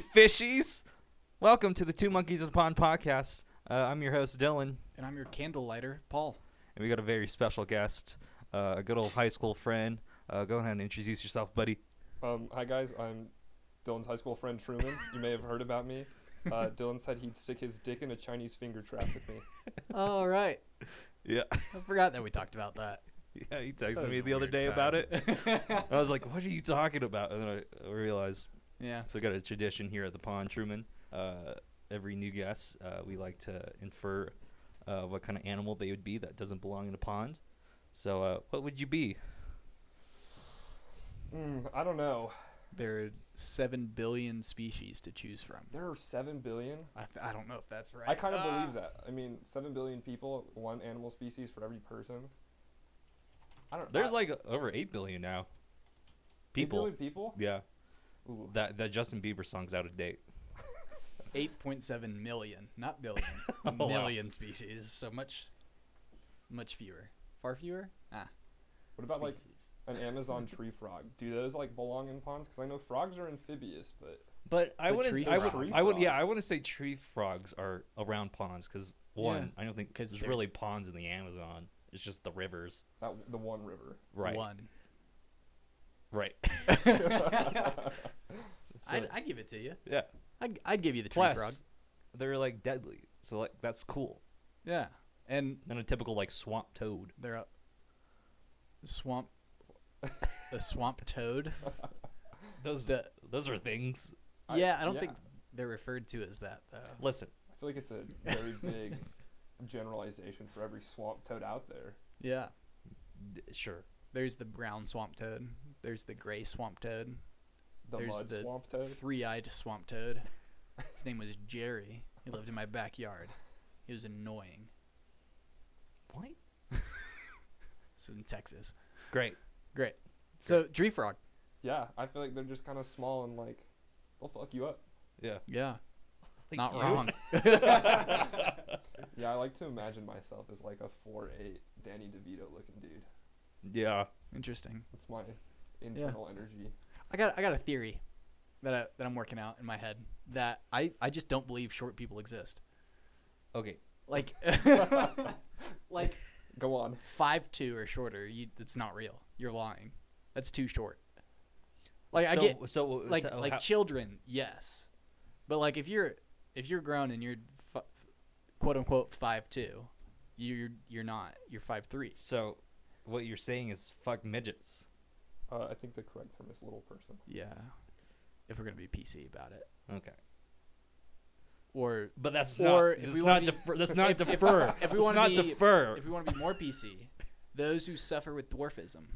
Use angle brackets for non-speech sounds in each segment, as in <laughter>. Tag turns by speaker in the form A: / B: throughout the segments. A: fishies. Welcome to the Two Monkeys of the Pond podcast. Uh, I'm your host, Dylan,
B: And I'm your candle lighter, Paul.
A: and we got a very special guest, uh, a good old high school friend. Uh, go ahead and introduce yourself, buddy.
C: Um, hi guys, I'm Dylan's high school friend Truman. You may have heard about me. Uh, Dylan said he'd stick his dick in a Chinese finger trap with me.
B: <laughs> All right.
A: Yeah.
B: I forgot that we talked about that.
A: <laughs> Yeah, he
B: That
A: texted
B: was
A: me
B: a
A: the other
B: weird
A: day
B: time.
A: about it. <laughs> I was like, what are you talking about? And then I realized
B: <laughs> Yeah.
A: So we got a tradition here at the pond, Truman. Uh, every new guest, uh, we like to infer uh, what kind of animal they would be that doesn't belong in a pond. So uh, what would you be?
C: Mm, I don't know.
B: There are 7 billion species to choose from.
C: There are seven billion.
B: I, th- I don't know if that's right.
C: I kind of
B: Ah.
C: believe that. I mean, seven billion people, one animal species for every person. I don't.
A: There's
B: Uh,
C: I-
A: like over eight billion now.
C: eight
A: People,
C: billion people.
A: yeah.
C: Ooh.
A: That that Justin Bieber song's out of date.
B: 8.7 million, not billion.
A: <laughs> Oh, wow.
B: million species. So much, much fewer. Far fewer? Ah.
C: What about like
B: species.
C: an Amazon tree frog? Do those like belong in ponds? Because I know frogs are amphibious, but
A: But I
B: But
A: wouldn't.
B: tree
A: I would.
C: frogs.
A: I would. Yeah,
C: Frogs.
A: I wouldn't say tree frogs are around ponds because one, I don't think
B: 'Cause
A: there's
B: they're-
A: really ponds in the Amazon. It's just the rivers.
C: that w- the one river.
A: Right.
B: One.
A: Right.
B: I'd, I'd give it to you.
A: <laughs> yeah.
B: I'd, I'd give you the tree
A: Plus,
B: frog.
A: they're like deadly. So like that's cool.
B: Yeah. And
A: than a typical like swamp toad.
B: They're a swamp. the swamp toad.
A: Those
B: The-
A: those are things.
C: I-
B: yeah, I don't
C: yeah.
B: think they're referred to as that though.
A: Listen,
C: I feel like it's a very big generalization for every swamp toad out there.
B: Yeah,
A: d- sure.
B: there's the brown swamp toad. There's the gray swamp toad.
C: The
B: there's
C: mud
B: the
C: swamp toad.
B: three-eyed swamp toad. His name was Jerry. He lived in my backyard. He was annoying.
A: What?
B: It's in Texas.
A: Great.
B: Great. So tree frog.
C: Yeah, I feel like they're just kind of small and like they'll fuck you up.
A: Yeah.
B: Yeah,
A: Like
B: not
A: you.
B: wrong.
C: Yeah, I like to imagine myself as like a four eight Danny DeVito looking dude.
A: Yeah.
B: Interesting.
C: That's my internal energy.
B: I got I got a theory that I, that I'm working out in my head that I I just don't believe short people exist.
A: Okay.
B: Like <laughs> like
C: Go on.
B: five two or shorter, you it's not real. You're lying. That's too short. Like I
A: so,
B: get
A: so
B: like
A: so
B: like
A: how-
B: children, yes, but like if you're if you're grown and you're fi- quote unquote five two, you're you're not. You're five three.
A: so what you're saying is fuck midgets.
C: Uh, I think the correct term is little person.
B: Yeah, if we're gonna be PC about it,
A: Okay.
B: or
A: But that's
B: Or
A: not
B: if
A: that's
B: we
A: not
B: wanna be-
A: defer that's not
B: if- if-
A: defer.
B: if we
A: Let's
B: wanna
A: not
B: be-
A: defer.
B: if we want to be more PC, those who suffer with dwarfism.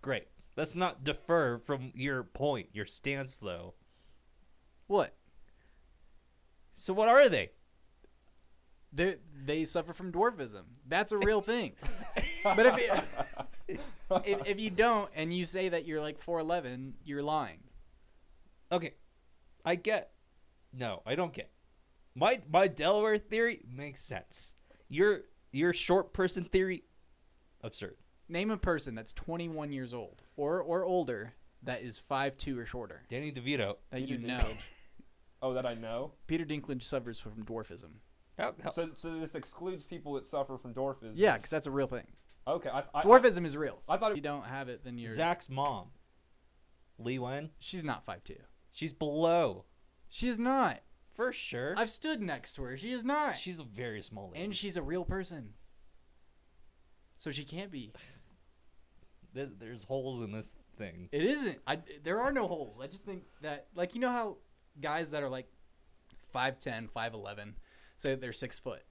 A: Great. Let's not defer from your point, your stance though.
B: What?
A: So what are they?
B: They they suffer from dwarfism. That's a real thing. but if, it, if if you don't and you say that you're like 4'11, you're lying.
A: Okay. I get. No, I don't get. My my Delaware theory makes sense. Your your short person theory absurd.
B: Name a person that's 21 years old or or older that is 5'2 or shorter
A: Danny DeVito.
B: that you
C: Peter
B: know.
C: Dinklage. Oh, that I know.
B: Peter Dinklage suffers from dwarfism. Oh,
A: How, how,
C: So, so this excludes people that suffer from dwarfism.
B: Yeah, because that's a real thing.
C: Okay. I, I,
B: Dwarfism is real.
C: I, I thought
B: If you
C: it,
B: don't have it, then you're.
A: Zach's mom. Lee Wen.
B: She's not 5'2.
A: She's below.
B: She is not.
A: For sure.
B: I've stood next to her. She is not.
A: she's a very small lady.
B: and she's a real person. So she can't be.
A: There- there's holes in this thing.
B: It isn't. I, there are no holes. I just think that, like, you know how guys that are like 5'10, 5'11 say that they're six foot,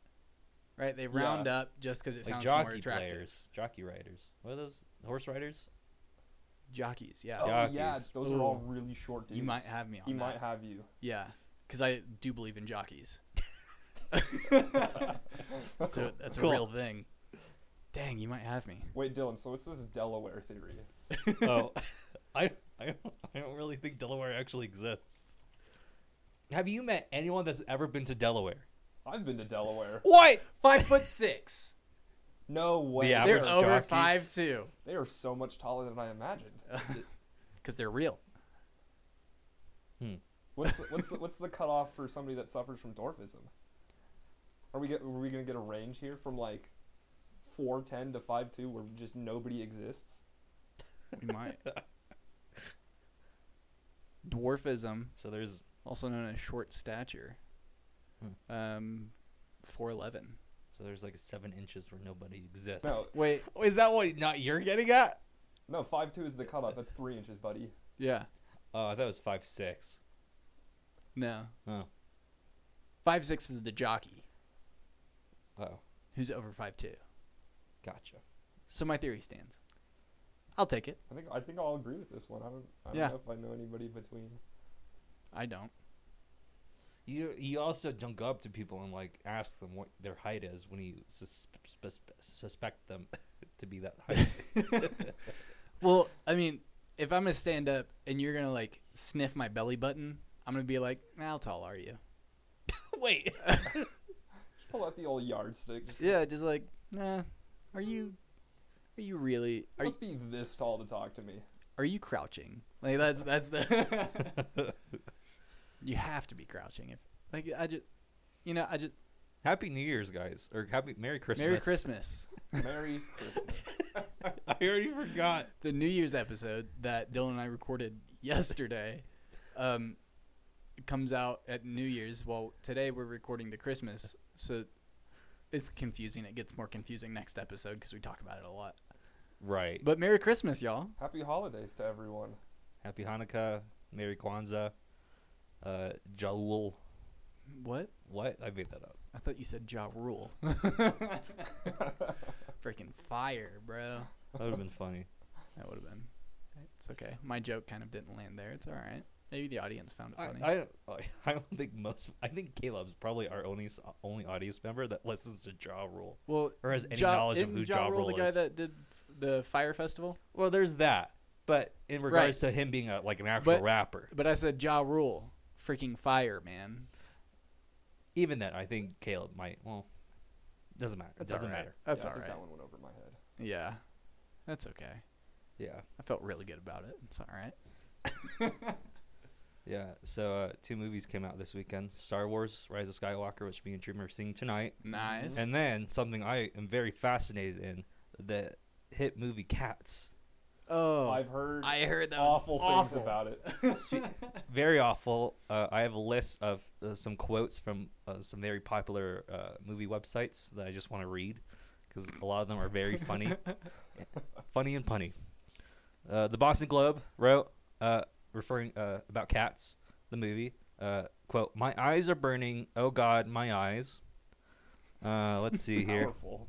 B: right? They round
C: Yeah.
B: up just because it
A: Like
B: sounds more
A: jockey
B: attractive.
A: players. Jockey riders. What are those? Horse riders?
B: Jockeys, yeah.
C: oh yeah,
A: Jockeys.
C: those are all
B: Ooh.
C: really short dudes.
B: You might have me on
C: He
B: that.
C: might
B: <laughs>
C: have you. <laughs>
B: Yeah, because I do believe in jockeys. So that's
A: Cool.
B: a real thing. Dang, you might have me.
C: Wait, Dylan. So what's this Delaware theory?
A: <laughs> <laughs> oh, I, I, don't, I don't really think Delaware actually exists. Have you met anyone that's ever been to Delaware?
C: I've been to Delaware.
A: What?
B: Five foot six.
C: No way.
A: average
B: <laughs> They're
C: they,
A: Average
C: are,
B: over
A: jockey.
B: five two.
C: they are so much taller than I imagined.
B: Because they're real.
C: What's the, what's the, what's the cutoff for somebody that suffers from dwarfism? Are we get, are we gonna get a range here from like four ten to five two where just nobody exists?
B: We might. Dwarfism,
A: So there's
B: also known as short stature. Um, four eleven.
A: so there's like seven inches where nobody exists.
C: No,
B: Wait,
A: Oh, is that what not you're getting at?
C: no, five two is the cutoff. That's three inches, buddy.
B: yeah,
A: Oh, I thought it was five six.
B: no.
A: Oh.
B: Five six is the jockey
A: Oh.
B: who's over five two.
A: Gotcha.
B: So my theory stands. I'll take it.
C: I think I think I'll agree with this one. I don't I don't
B: Yeah.
C: know if I know anybody between.
B: I don't.
A: You you also don't go up to people and like ask them what their height is when you sus- sus- suspect them <laughs> to be that height.
B: Well, I mean, if I'm gonna stand up and you're gonna like sniff my belly button, I'm gonna be like, "How tall are you?"
A: Wait.
C: Just pull out the old yardstick.
B: <laughs>
C: Just,
B: Yeah, just like, nah. Are you? Are you really? Are you,
C: must be this tall to talk to me.
B: are you crouching? Like that's that's the.
A: <laughs>
B: you have to be crouching if like I just, you know, I just.
A: happy New Year's, guys, or happy Merry Christmas.
B: Merry Christmas.
C: Merry
B: <laughs>
C: Christmas.
A: <laughs> I already forgot.
B: the New Year's episode that Dylan and I recorded yesterday um, comes out at New Year's. Well, today we're recording the Christmas, so it's confusing. It gets more confusing next episode because we talk about it a lot.
A: Right.
B: But Merry Christmas, y'all.
C: Happy holidays to everyone.
A: Happy Hanukkah, Merry Kwanzaa, uh, Jalul.
B: What?
A: What? I made that up.
B: I thought you said Ja Rule. <laughs> Freaking fire, bro.
A: That would have been funny.
B: That would have been. It's okay. My joke kind of didn't land there. It's all right. Maybe the audience found it
A: I,
B: <laughs> funny.
A: I don't. I- I don't think most. I think Caleb's probably our only s- only audience member that <laughs> listens to Jaw Rule
B: well,
A: or has any
B: Ja-
A: knowledge of
B: isn't
A: who
B: Ja
A: Jaw Rule
B: the guy
A: is.
B: that did f- the Fire Festival?
A: well, there's that. But in regards to him being a, like an actual
B: But-
A: rapper,
B: But I said Ja Rule. Freaking fire, man.
A: even then, I think Caleb might. Well, doesn't matter. It
B: That's
A: doesn't
B: all right.
A: matter.
B: That's
C: yeah, I
B: all
C: think
B: right.
C: that one went over my head.
B: Yeah. That's okay.
A: Yeah.
B: I felt really good about it. It's all right.
A: Yeah. So uh, two movies came out this weekend: Star Wars: Rise of Skywalker, which me and Dreamer are seeing tonight,
B: Nice.
A: Mm-hmm. and then something I am very fascinated in: the hit movie Cats.
B: oh,
C: I've heard
B: I heard that was
C: awful things
B: awful. <laughs>
C: about it.
A: very awful. Uh, I have a list of uh, some quotes from uh, some very popular uh, movie websites that I just want to read because a lot of them are very funny, <laughs> funny and punny. Uh, the Boston Globe wrote uh, referring uh, about Cats, the movie. Uh, quote: "My eyes are burning. Oh God, my eyes." Uh, let's
C: <laughs>
A: see here.
C: Powerful.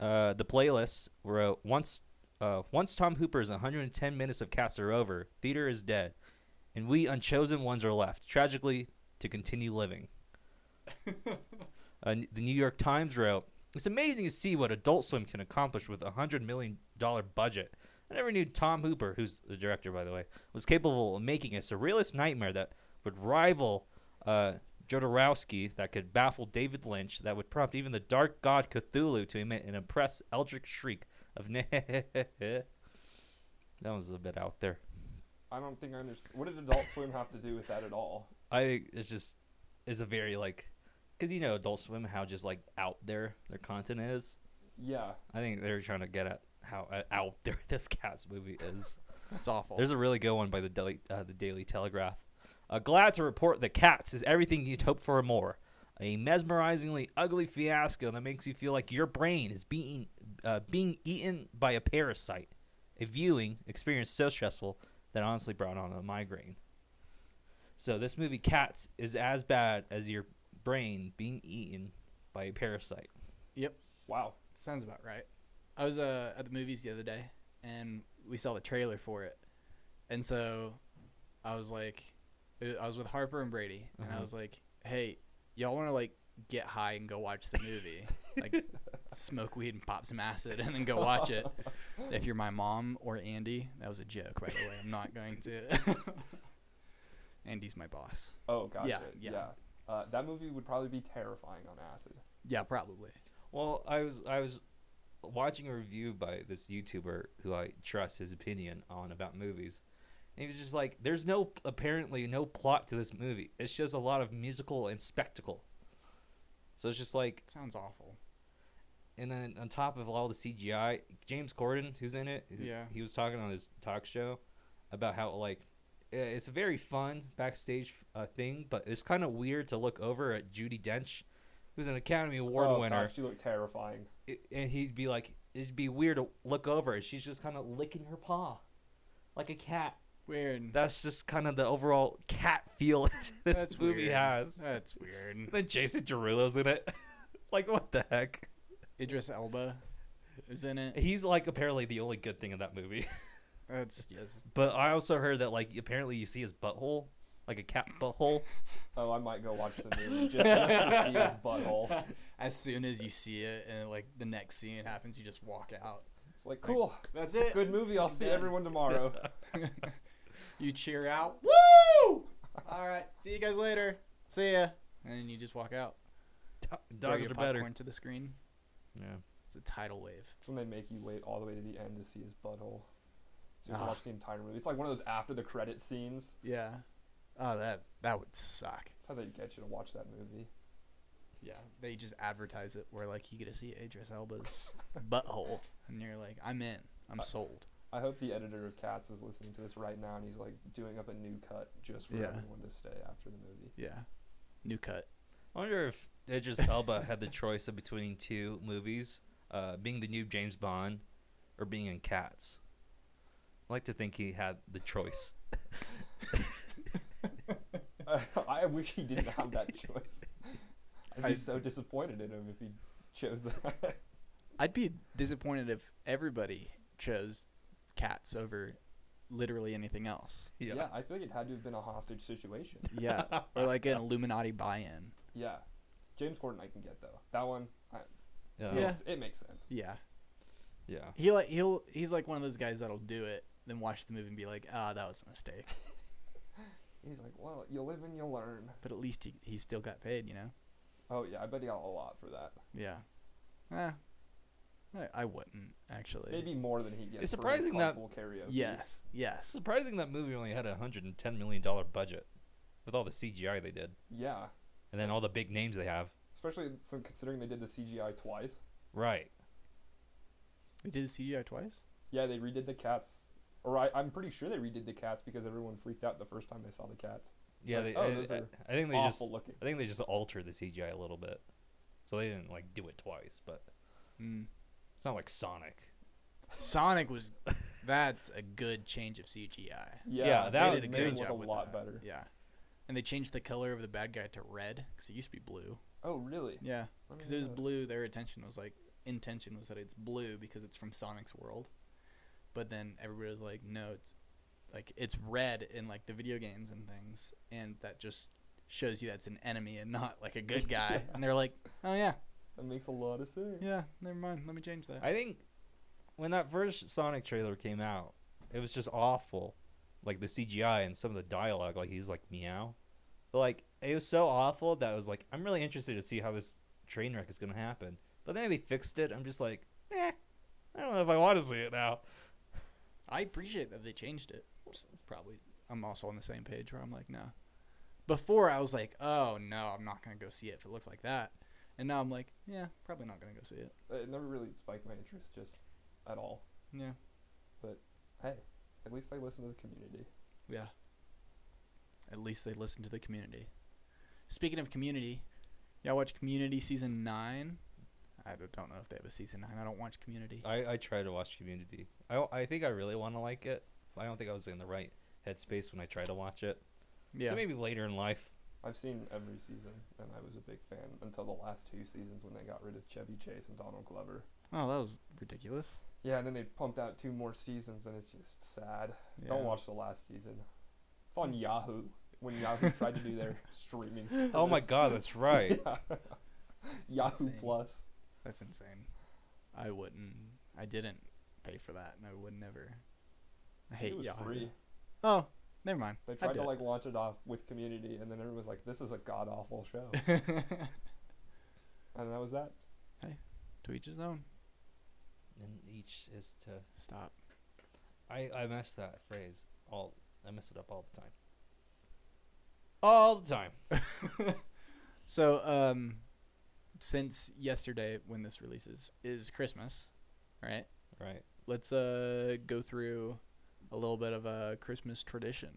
A: Uh, the playlist wrote once uh, once Tom Hooper's 110 minutes of cats are over, theater is dead, and we unchosen ones are left, tragically, to continue living. uh, the New York Times wrote, "It's amazing to see what Adult Swim can accomplish with a hundred million dollar budget." I never knew Tom Hooper, who's the director by the way, was capable of making a surrealist nightmare that would rival uh, Jodorowsky, that could baffle David Lynch, that would prompt even the dark god Cthulhu to emit an impressed eldritch shriek of <laughs> that was a bit out there.
C: I don't think I understand. What did Adult Swim have to do with that at all?
A: I think it's just it's a very like because you know Adult Swim how just like out there their content is.
C: Yeah.
A: I think they're trying to get at how uh, out there <laughs> this cat's movie is.
B: That's awful.
A: There's a really good one by the Daily, uh, the Daily Telegraph. Uh, glad to report that Cats is everything you'd hope for and more. A mesmerizingly ugly fiasco that makes you feel like your brain is being uh, being eaten by a parasite. A viewing experience so stressful that honestly brought on a migraine. So this movie Cats is as bad as your brain being eaten by a parasite.
B: yep.
C: Wow.
B: Sounds about right. I was uh, at the movies the other day, and we saw the trailer for it, and so I was like, uh, I was with Harper and Brady, and I
A: Uh-huh.
B: was like, "Hey, y'all want to like get high and go watch the movie? like, smoke weed and pop some acid, and then go watch it." If you're my mom or Andy, that was a joke, by the way. I'm not going to. <laughs> Andy's my boss.
C: <laughs> Oh, gotcha. Yeah.
B: yeah.
C: Uh, that movie would probably be terrifying on acid.
B: Yeah, probably.
A: Well, I was I was watching a review by this YouTuber who I trust his opinion on about movies, And he was just like, there's no, apparently, no plot to this movie. It's just a lot of musical and spectacle. So it's just like,
B: Sounds awful.
A: and then on top of all the CGI, James Corden, who's in it, who-
B: Yeah.
A: he was talking on his talk show about how like i- it's a very fun backstage uh, thing, but it's kind of weird to look over at Judy Dench, who's an Academy Award
C: oh,
A: winner,
C: gosh, she looked terrifying.
A: i- and he'd be like, it'd be weird to look over, and she's just kind of licking her paw, like a cat.
B: Weird.
A: That's just kind of the overall cat feel <laughs> this
B: That's
A: movie
B: weird.
A: has.
B: That's weird.
A: Then Jason Derulo's in it. <laughs> like what the heck?
B: Idris Elba is in it.
A: He's like apparently the only good thing in that movie. <laughs>
B: That's <laughs> yes.
A: But I also heard that like apparently you see his butthole, like a cat butthole. <laughs>
C: Oh, I might go watch the movie just, just to
B: <laughs>
C: see his butthole.
B: As soon as you see it, and like the next scene happens, you just walk out.
C: It's like cool,
B: That's it.
C: good movie. I'll see
B: Done.
C: everyone tomorrow.
B: <laughs> You cheer out. <laughs> Woo! All right. See you guys later. See ya. And then you just walk out. Throw
A: Dogs
B: your
A: are better.
B: popcorn to the screen.
A: Yeah.
B: It's a tidal wave.
C: It's when they make you wait all the way to the end to see his butthole. So you have
B: Ah.
C: to watch the entire movie. It's like one of those after the credit scenes.
B: Yeah. Oh, that that would suck.
C: That's how they get you to watch that movie.
B: Yeah. They just advertise it where like you get to see Idris Elba's <laughs> butthole, and you're like, I'm in. I'm sold.
C: I hope the editor of Cats is listening to this right now and he's like doing up a new cut just for
B: Yeah.
C: everyone to stay after the movie. <laughs>
B: Yeah. New cut.
A: I wonder if Idris Elba had the choice of between two movies, uh, being the new James Bond, or being in Cats. I like to think he had the choice. <laughs>
C: I wish he didn't have that choice. I'd be
B: I-
C: so disappointed in him if he chose that. <laughs>
B: I'd be disappointed if everybody chose cats over literally anything else.
C: yeah. I feel like it had to have been a hostage situation.
B: Yeah. or like an Illuminati buy-in.
C: Yeah, James Corden I can get though. That one, I,
A: Yeah.
B: Yeah.
A: Yeah.
C: makes, it makes sense.
B: Yeah.
A: Yeah.
B: He like he'll he's like one of those guys that'll do it, then watch the movie and be like, ah, that was a mistake.
C: He's like, well, you live and you learn.
B: But at least he he still got paid, you know.
C: Oh yeah, I bet he got a lot for that.
B: Yeah. Eh, I, I wouldn't actually.
C: Maybe more than he gets.
A: It's
C: for his
A: surprising that-
C: carpool karaoke.
B: Yes.
C: <laughs>
B: Yes.
A: Surprising that movie only had a hundred and ten million dollar budget, with all the CGI they did,
C: Yeah,
A: and then all the big names they have.
C: especially some, considering they did the CGI twice.
A: Right.
B: We did the CGI twice.
C: Yeah, they redid the cats. Or I, I'm pretty sure they redid the cats because everyone freaked out the first time they saw the cats.
A: Yeah.
C: Like,
A: they,
C: oh,
A: I-
C: those
A: I,
C: are
A: I think they just.
C: Awful looking.
A: I think they just altered the CGI a little bit, so they didn't like do it twice. But
B: Mm.
A: it's not like Sonic.
B: Sonic was. That's a good change of CGI.
C: Yeah,
A: Yeah, that-
B: they did a
C: would
B: good
C: made
B: job
C: it look
B: with
C: a lot
B: that.
C: better.
B: Yeah. And they changed the color of the bad guy to red because it used to be blue.
C: Oh really?
B: Yeah.
C: I
B: Because it
C: didn't
B: was
C: know that.
B: blue. Their attention was like intention was that it's blue because it's from Sonic's world. But then everybody was like, no, it's like it's red in like the video games and things, and that just shows you that's an enemy and not like a good guy. <laughs> And they're like, oh yeah,
C: That makes a lot of sense.
B: yeah, never mind. Let me change that.
A: I think when that first Sonic trailer came out, it was just awful. Like the CGI and some of the dialogue, like he's like meow. But like it was so awful that I was like, I'm really interested to see how this train wreck is gonna happen. But then they fixed it. I'm just like, eh, I don't know if I want to see it now.
B: I appreciate that they changed it. S- Probably, I'm also on the same page where I'm like, no. Before I was like, oh no, I'm not gonna go see it if it looks like that, and now I'm like, yeah, probably not gonna go see it.
C: Uh, It never really spiked my interest just at all.
B: Yeah,
C: Hey, at least I listen to the community.
B: yeah. At least they listen to the community. Speaking of community, y'all watch Community season nine. I don't don't know if they have a season nine. I don't watch Community.
A: I, I try to watch Community. I, I think I really want to like it. But I don't think I was in the right headspace when I tried to watch it.
B: Yeah,
A: So maybe later in life.
C: I've seen every season, and I was a big fan until the last two seasons when they got rid of Chevy Chase and Donald Glover.
B: Oh, that was ridiculous.
C: Yeah, and then they pumped out two more seasons, and it's just sad.
B: Yeah.
C: Don't watch the last season. It's on Yahoo when Yahoo tried to do their
B: <laughs>
C: streaming.
A: Oh my <laughs>
C: service.
A: god, that's right.
C: <laughs>
B: It's
C: Yahoo
B: insane.
C: Plus.
B: That's insane. I wouldn't. I didn't pay for that, and I would never. I hate
C: it was
B: Yahoo.
C: free.
B: Oh, never mind.
C: They
B: I'd
C: tried
B: do
C: to
B: it.
C: like launch it off with Community, and then everyone was like, "This is a god awful
B: <laughs>
C: show," and that was that.
B: to each his own.
A: and each is to
B: Stop.
A: I, I messed that phrase all I mess it up all the time. All the time.
B: So, um, since yesterday, when this releases, is Christmas, right?
A: Right.
B: Let's uh go through a little bit of a Christmas tradition.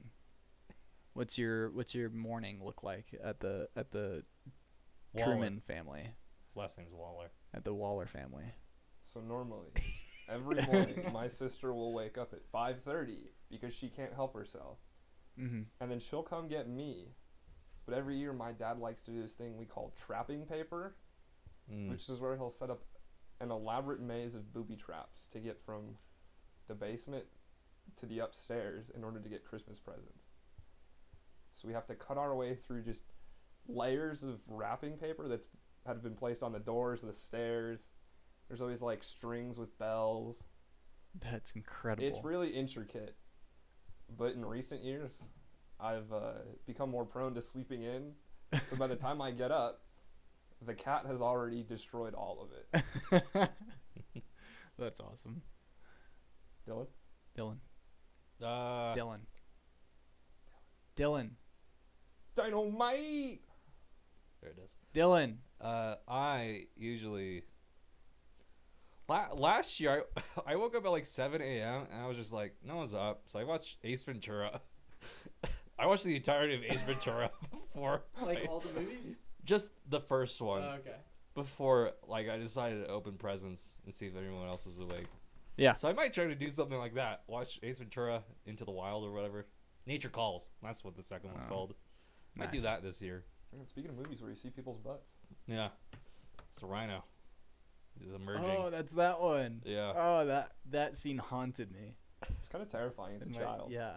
B: What's your What's your morning look like at the at the
A: Waller.
B: Truman family,
A: His last name's Waller.
B: at the Waller family?
C: So normally,
B: <laughs>
C: every morning, my sister will wake up at 5:30 because she can't help herself,
B: Mm-hmm.
C: and then she'll come get me. But every year, my dad likes to do this thing we call trapping paper,
A: Hmm.
C: which is where he'll set up an elaborate maze of booby traps to get from the basement to the upstairs in order to get Christmas presents. So we have to cut our way through just layers of wrapping paper that's had been placed on the doors, the stairs. There's always like strings with bells.
B: That's incredible.
C: It's really intricate, but in recent years, I've uh, become more prone to sleeping in. So by the time I get up, the cat has already destroyed all of it.
B: That's awesome,
C: Dylan,
B: Dylan.
A: Uh,
B: Dylan. Dylan.
C: dynamite!
A: there it is.
B: Dylan.
A: Uh, I usually. La- last year, I, <laughs> I woke up at like 7 a.m. and I was just like, no one's up. So I watched Ace Ventura. <laughs> I watched the entirety of Ace Ventura <laughs> before. I-
B: all
A: <laughs>
B: the movies. Oh,
A: just the first one
B: okay.
A: before like I decided to open presents and see if anyone else was awake.
B: Yeah.
A: So I might try to do something like that. Watch Ace Ventura Into the Wild or whatever. Nature Calls. That's what the second one's
B: Oh,
A: called. Might do
B: nice.
A: that this year.
C: Man, speaking of movies where you see people's butts,
A: Yeah. It's a rhino. It's emerging.
B: Oh, that's that one.
A: yeah.
B: Oh, that that scene haunted me.
C: it's kind of terrifying as a
B: My-
C: child.
B: Yeah.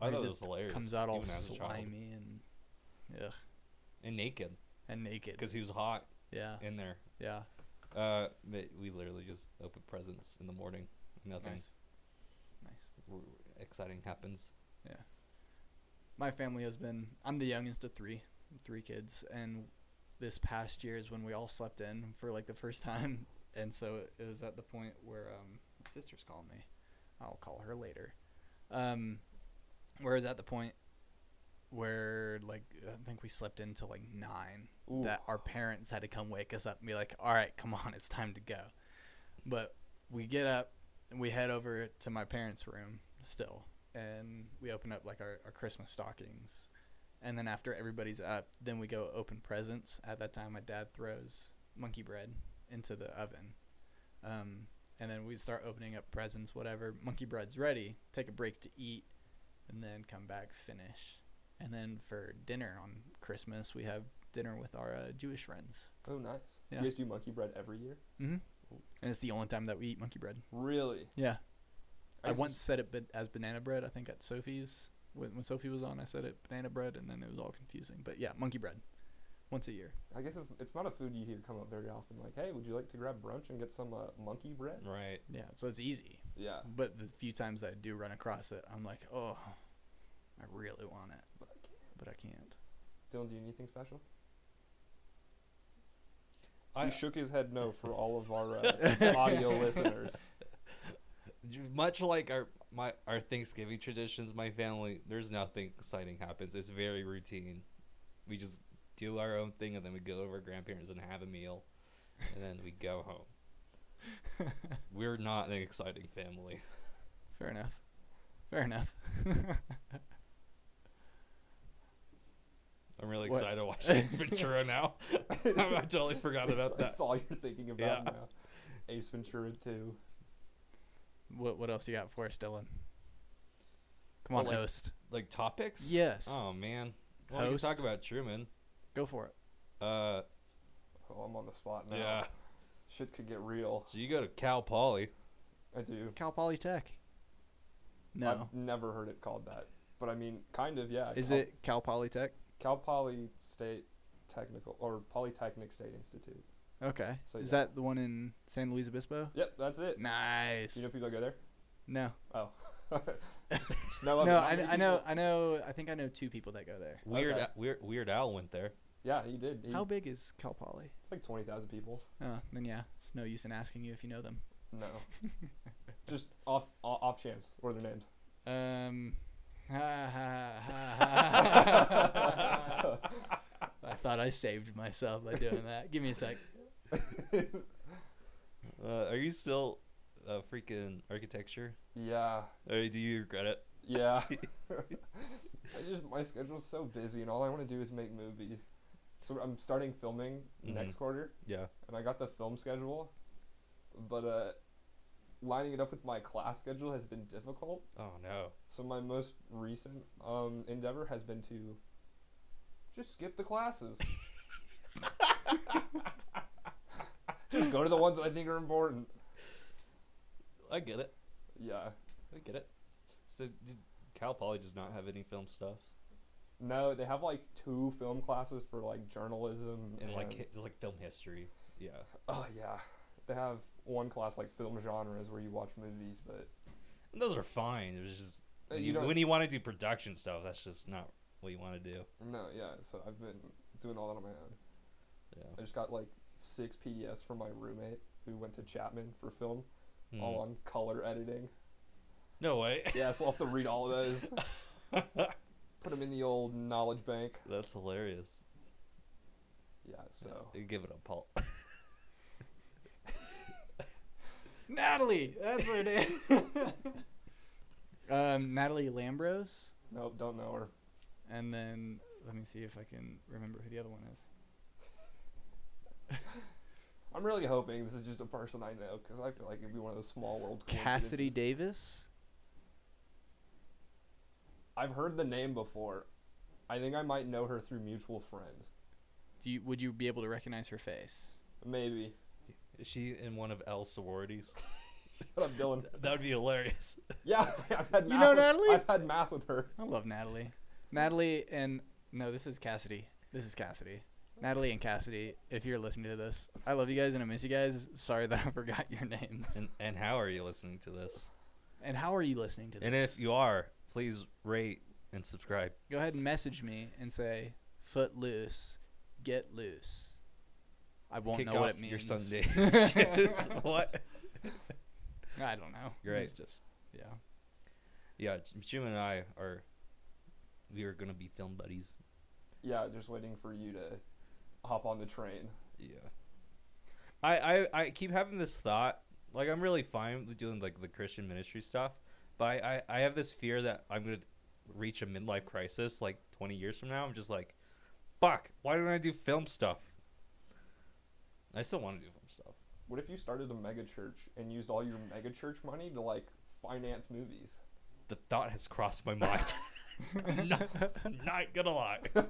A: I thought
B: Where he
A: it was
B: just
A: hilarious.
B: Comes out all
A: even as a child.
B: slimy and ugh,
A: and naked
B: and naked.
A: because he was hot
B: Yeah.
A: in there.
B: Yeah.
A: Uh, but we literally just open presents in the morning. Nothing
B: Nice. Nice.
A: r- exciting happens.
B: my family has been I'm the youngest of three three kids and this past year is when we all slept in for like the first <laughs> time and so it was at the point where um my sister's calling me I'll call her later um where it was at the point where like I think we slept in till like 9
C: Ooh,
B: that our parents had to come wake us up and be like, all right, come on, it's time to go. But we get up and we head over to my parents' room still. And we open up like our, our Christmas stockings. And then after everybody's up, then we go open presents. At that time, my dad throws monkey bread into the oven. Um, and then we start opening up presents, whatever. Monkey bread's ready. Take a break to eat and then come back, finish. And then for dinner on Christmas, we have dinner with our uh, Jewish friends.
C: oh, nice.
B: Yeah.
C: You guys do monkey bread every year?
B: Mm-hmm. And it's the only time that we eat monkey bread.
C: Really?
B: Yeah. I,
C: used to-
B: once said it ba- as banana bread, I think, at Sophie's. When, when Sophie was on, I said it banana bread, and then it was all confusing. But yeah, monkey bread. Once a year.
C: I guess it's, it's not a food you hear come up very often. Like, hey, would you like to grab brunch and get some uh, monkey bread?
A: Right.
B: Yeah, so it's easy.
C: Yeah.
B: But the few times that I do run across it, I'm like, oh, I really want it.
C: But I can't.
B: But I can't.
C: Dylan, do you need anything special?
A: I,
C: he shook his head no for all of our
B: <laughs>
C: uh, audio listeners.
A: J- much like our my our Thanksgiving traditions, my family, there's nothing exciting happens. It's very routine. We just do our own thing, and then we go over to our grandparents and have a meal, and then we go home. We're not an exciting family.
B: Fair enough. Fair enough. <laughs>
A: I'm really
B: What?
A: excited to watch
B: <laughs>
A: Ace Ventura now. <laughs> I totally forgot
C: That's,
A: about that.
C: that's all you're thinking about
A: Yeah.
C: now. Ace Ventura 2.
B: What, what else you got for us, Dylan? Come
A: Well,
B: on,
A: like-
B: host.
A: Like topics?
B: Yes.
A: Oh man. Well, we can
B: Host?
A: talk about Truman.
B: Go for it.
A: Uh,
C: Oh, I'm on the spot now.
A: yeah.
C: Shit could get real.
A: So you go to Cal Poly.
C: I do.
B: Cal Poly Tech. No.
C: I've never heard it called that. But I mean, kind of, yeah.
B: Is
C: Cal-
B: it Cal Poly Tech?
C: Cal Poly State Technical or Polytechnic State Institute?
B: Okay.
C: So,
B: Is
C: yeah.
B: that the one in San Luis Obispo?
C: Yep, that's it.
B: Nice.
C: You know people that go there? <laughs>
B: no.
C: Oh.
B: <laughs>
C: Just know of
B: No,
C: how
B: I,
C: many
B: I know
C: people-
B: I know I think I know two people that go there.
A: Weird,
C: Okay.
A: Al- Weird, Weird Al went there.
C: Yeah, he did. He,
B: How big is Cal Poly?
C: It's like 20,000 people.
B: Oh, then yeah, it's no use in asking you if you know them. <laughs>
C: No. Just off, off off chance or their names.
B: Um <laughs> I thought I saved myself by doing that. Give me a sec.
A: Uh, are you still uh, freaking architecture?
C: yeah,
A: Or do you regret it?
C: yeah. I just my schedule's so busy, and all I want to do is make movies. So I'm starting filming next
A: Mhm.
C: quarter,
A: Yeah.
C: and I got the film schedule, but uh, lining it up with my class schedule has been difficult.
A: Oh no.
C: So my most recent um, endeavor has been to just skip the classes. just go to the ones that I think are important.
A: I get it.
C: Yeah.
A: I get it. So did, Cal Poly does not have any film stuff,
C: No, they have like two film classes for like journalism
A: and like hi- like film history. Yeah.
C: oh yeah, they have one class like film genres where you watch movies, but
A: And those are fine. It was just
C: Uh, you
A: you-
C: don't-
A: when you want to do production stuff, that's just not what you want to do.
C: no, yeah. So I've been doing all that on my own. I
A: Yeah.
C: just got like six PDFs from my roommate who went to Chapman for film,
A: Hmm.
C: all on color editing.
A: No way. <laughs>
C: Yeah, so I'll have to read all of those.
B: <laughs>
C: Put them in the old knowledge bank.
A: that's hilarious.
C: Yeah, so.
A: You give it up, Paul.
B: Natalie, that's her name. <laughs> um, Natalie Lambros,
C: Nope, don't know her.
B: and then let me see if I can remember who the other one is.
C: I'm really hoping this is just a person I know because I feel like it'd be one of those small world
B: Cassidy
C: coincidences.
B: Davis.
C: I've heard the name before. I think I might know her through mutual friends.
B: Do you would you be able to recognize her face?
C: Maybe.
A: Is she in one of L's sororities? <laughs>
C: What
B: <laughs>
C: up, Dylan?
A: that would be hilarious.
C: Yeah, I've had
B: You
C: math
B: know
C: with,
B: Natalie?
C: I've had math with her.
B: I love Natalie. Natalie and no, this is Cassidy. This is Cassidy. Natalie and Cassidy, if you're listening to this, I love you guys and I miss you guys. Sorry that I <laughs> forgot your names.
A: And and how are you listening to this?
B: And how are you listening to this?
A: And if you are, please rate and subscribe.
B: go ahead and message me and say foot loose, get loose. I won't
A: Kick
B: know
A: off
B: what it means.
A: Your
B: <laughs>
A: Sunday. <laughs> dishes. what?
B: I don't know.
A: Great.
B: It's just yeah.
A: Yeah, J- Jim and I are. We are gonna be film buddies.
C: Yeah, just waiting for you to hop on the train.
A: Yeah. I, I, I keep having this thought. Like I'm really fine with doing like the Christian ministry stuff, but I, I, I have this fear that I'm gonna reach a midlife crisis like 20 years from now. I'm just like, fuck. Why don't I do film stuff? I still want to do film stuff.
C: What if you started a mega church and used all your mega church money to like finance movies?
A: The thought has crossed my
B: <laughs>
A: mind. <laughs> I'm not, I'm not gonna lie. <laughs>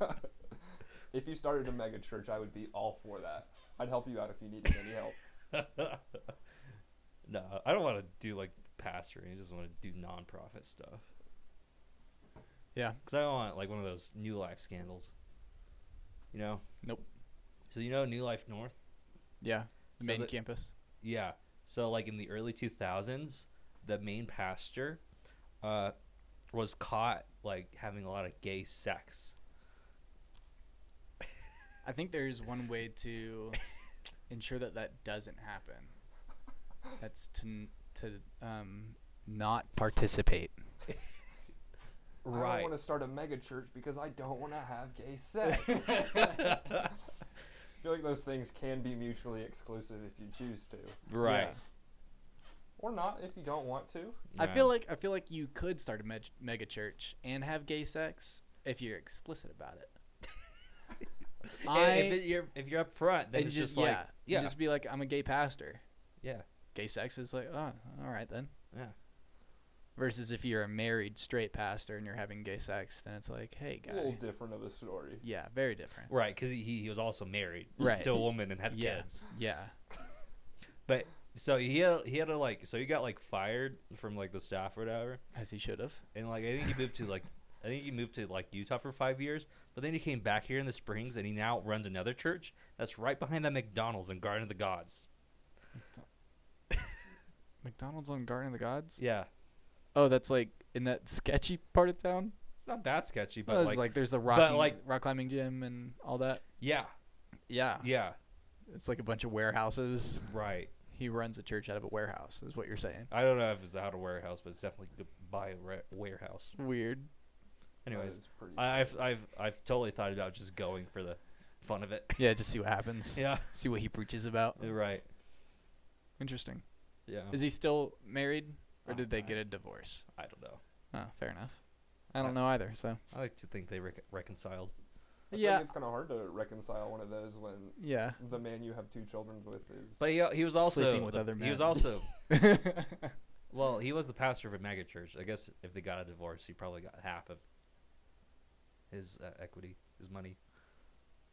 C: If you started a mega church, I would be all for that. I'd help you out if you needed any help.
A: no, I don't want to do like pastoring. I just want to do nonprofit stuff.
B: Yeah.
A: Because I don't want like one of those New Life scandals. You know?
B: Nope.
A: So, you know, New Life North?
B: Yeah.
A: So
B: The main
A: that-
B: campus.
A: Yeah. So, like in the early 2000s, the main pastor uh, was caught like having a lot of gay sex. <laughs>
B: I think there's one way to ensure that that doesn't happen. That's to n- to um not participate.
C: I don't
A: Right.
C: want to start a mega church because I don't want to have gay sex.
A: <laughs>
C: I feel like those things can be mutually exclusive if you choose to,
A: Right.
B: Yeah.
C: or not if you don't want to.
B: I feel like I feel like you could start a meg- mega church and have gay sex if you're explicit about it.
A: I, <laughs> if, it, you're, if you're up front, then
B: and
A: it's just, like,
B: yeah,
A: yeah.
B: and
A: Yeah.
B: just be like I'm a gay pastor.
A: yeah.
B: Gay sex is like oh, all right then.
A: Yeah.
B: Versus if you're a married straight pastor and you're having gay sex, then it's like hey
C: A little
B: guy,
C: different of a story.
B: yeah, very different.
A: Right, because he, he was also married <laughs>
B: Right.
A: to a woman and had
B: Yeah.
A: kids.
B: Yeah,
A: But so he had he had to like so he got like fired from like the staff or whatever,
B: as he should have.
A: and like I think he moved to like <laughs> I think he moved to like Utah for five years. But then he came back here in the Springs, and he now runs another church that's right behind that McDonald's in Garden of the Gods.
B: McDonald's on Garden of the Gods.
A: Yeah,
B: Oh, that's like in that sketchy part of town.
A: it's not that sketchy,
B: But
A: but like,
B: like, there's the rock
A: like-
B: rock climbing gym and all that.
A: yeah,
B: Yeah.
A: yeah,
B: It's like a bunch of warehouses.
A: right.
B: He runs a church out of a warehouse, is what you're saying.
A: I don't know if it's out of warehouse, but it's definitely by a re- warehouse.
B: Weird.
A: Anyways,
C: it's pretty.
A: I, I've
C: stupid.
A: I've I've totally thought about just going for the fun of it. <laughs>
B: Yeah, just see what happens.
A: yeah.
B: See what he preaches about.
A: You're right.
B: Interesting.
A: Yeah.
B: Is he still married, or
A: Oh,
B: did they
A: I-
B: get a divorce?
A: I don't know.
B: Oh, fair enough. I don't know either. So
A: I like to think they rec- reconciled.
C: I
B: yeah.
C: think it's kind of hard to reconcile one of those when
B: yeah.
C: the man you have two children with is.
A: But <laughs> he he was also
B: Sleeping with
A: the-
B: other
A: He was
B: men. <laughs>
A: also well, he was the pastor of a megachurch. I guess if they got a divorce, he probably got half of his uh, equity, his money.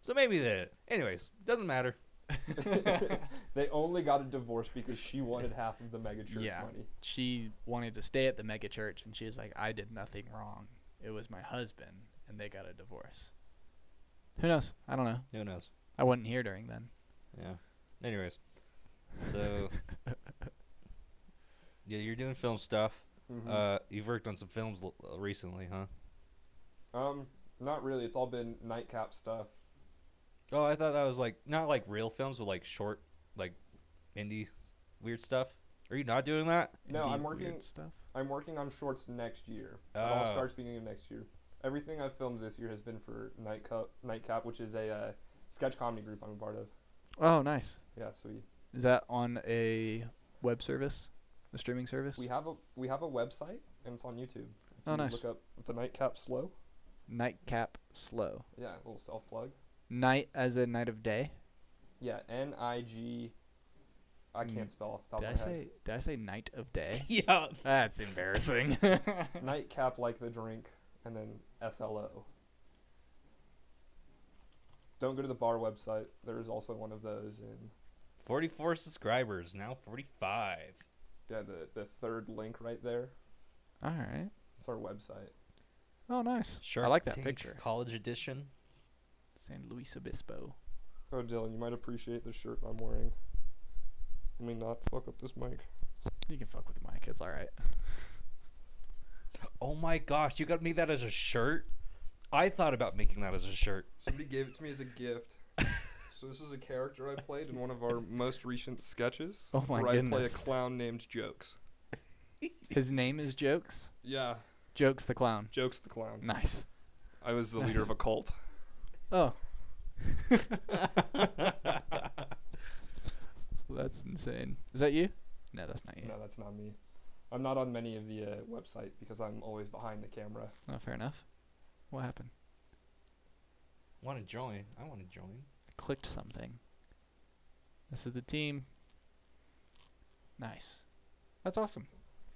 A: So maybe that. Anyways, doesn't matter.
C: <laughs> they only got a divorce because she wanted half of the megachurch
B: Yeah.
C: money.
B: she wanted to stay at the mega church, and she was like, "I did nothing wrong. It was my husband, and they got a divorce." Who knows? I don't know.
A: Who knows?
B: I wasn't here during then.
A: Yeah. Anyways,
B: <laughs>
A: so yeah, you're doing film stuff.
B: Mm-hmm.
C: Mhm.
A: Uh, you've worked on some films l- uh, recently, huh?
C: um, not really. It's all been nightcap stuff.
A: Oh, I thought that was like not like real films, but like short, like indie, weird stuff. Are you not doing
B: <laughs>
A: that?
C: No, I'm
B: Indeed, weird
C: working-
B: stuff.
C: I'm working on shorts next year. It
B: Ah.
C: all
A: Oh.
C: starts beginning of next year. Everything I've filmed this year has been for Nightcap, Nightcap, which is a uh, sketch comedy group I'm a part of.
B: Oh, nice.
C: Yeah, so we,
B: Is that on a web service, a streaming service?
C: we have a we have a website and it's on YouTube. If
B: Oh,
C: you
B: nice.
C: Look up the Nightcap Slow.
B: Nightcap slow.
C: Yeah, a little self plug.
B: Night as a night of day.
C: Yeah, N I G. I
B: Mm.
C: can't spell off the top
B: Did I
C: of my head.
B: say? Did I say night of day?
A: yeah.
B: That's embarrassing. <laughs>
C: Nightcap like the drink, and then S L O. Don't go to the bar website. There is also one of those in
A: Forty-four subscribers now. Forty-five.
C: yeah the the third link right there.
B: All right.
C: It's our website.
B: Oh, nice.
A: Sure.
B: I like that picture.
A: College edition.
B: San Luis Obispo.
C: Oh, Dylan, you might appreciate the shirt I'm wearing. Let me not fuck up this mic.
B: You can fuck with the mic. It's all right.
A: Oh my gosh, you got me that as a shirt. I thought about making that as a shirt.
C: Somebody gave it to me as a gift. So this is a character I played in one of our most recent sketches.
B: Oh my
C: where I play a
B: goodness.
C: clown named Jokes.
B: His name is Jokes.
C: Yeah,
B: Jokes the clown.
C: Jokes the clown.
B: Nice.
C: I was the leader
B: Nice.
C: of
B: <laughs>
C: a cult.
B: Oh. That's insane. Is that you? No, that's not you.
C: No, that's not me. I'm not on many of the uh, website because I'm always behind the camera.
B: Oh, fair enough. What happened?
A: want to join? I want to join.
B: I clicked something. This is the team. Nice. That's awesome.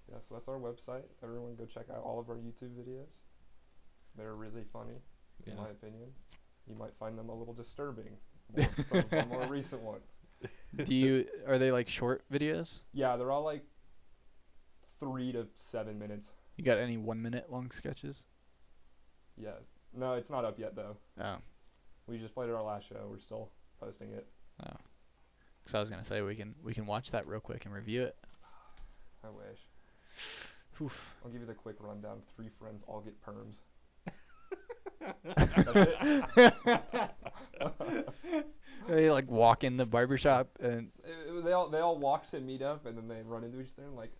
C: Yeah, so that's our website. Everyone go check out all of our YouTube videos. They're really funny, in
A: Yeah.
C: my opinion. You might find them a little disturbing. More, some of our more recent ones.
B: Do you are they like short videos?
C: Yeah, they're all like three to seven minutes.
B: You got any 1 minute long sketches?
C: Yeah. No, it's not up yet though.
B: Oh.
C: We just played it our last show. We're still posting it.
B: Oh. Cuz I was going to say we can we can watch that real quick and review it.
C: I wish.
B: Oof.
C: I'll give you the quick rundown. Three friends all get perms. That's it.
B: They like walk in the barbershop and
C: it- it- they all they all walk to meet up and then they run into each other and like,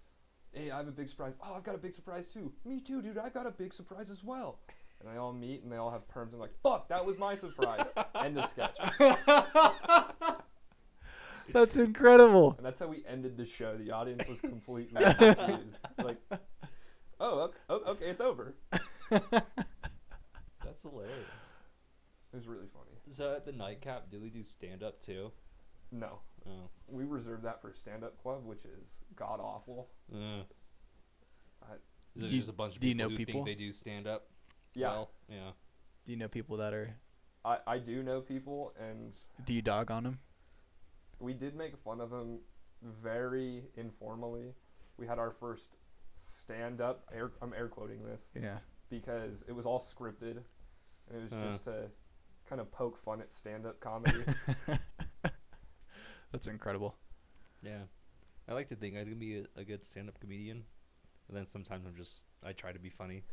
C: hey, I have a big surprise. Oh, I've got a big surprise too. Me too, dude. I've got a big surprise as well. And they all meet and they all have perms. I'm like, fuck, that was my surprise. End of sketch.
B: that's incredible.
C: And that's how we ended the show. The audience was completely confused. Like, oh, ok- oh, okay, it's over.
A: That's hilarious.
C: It was really funny.
A: So at the nightcap, do they do stand up too?
C: No,
A: Oh.
C: we reserved that for stand up club, which is god awful.
A: Uh.
C: I-
A: Is it
B: Do you-
A: just a bunch of
B: do you
A: people
B: know
A: who
B: people?
A: think they do stand up?
C: Yeah,
A: Well? Yeah.
B: Do you know people that are
C: I, I do know people and
B: do you dog on them?
C: we did make fun of him very informally. We had our first stand up. Air, I'm air quoting this
B: Yeah.
C: because it was all scripted, and it was
A: Uh.
C: just to kind of poke fun at stand up comedy.
B: That's incredible.
A: Yeah. I like to think I can be a, a good stand up comedian. And then sometimes I'm just, I try to be funny.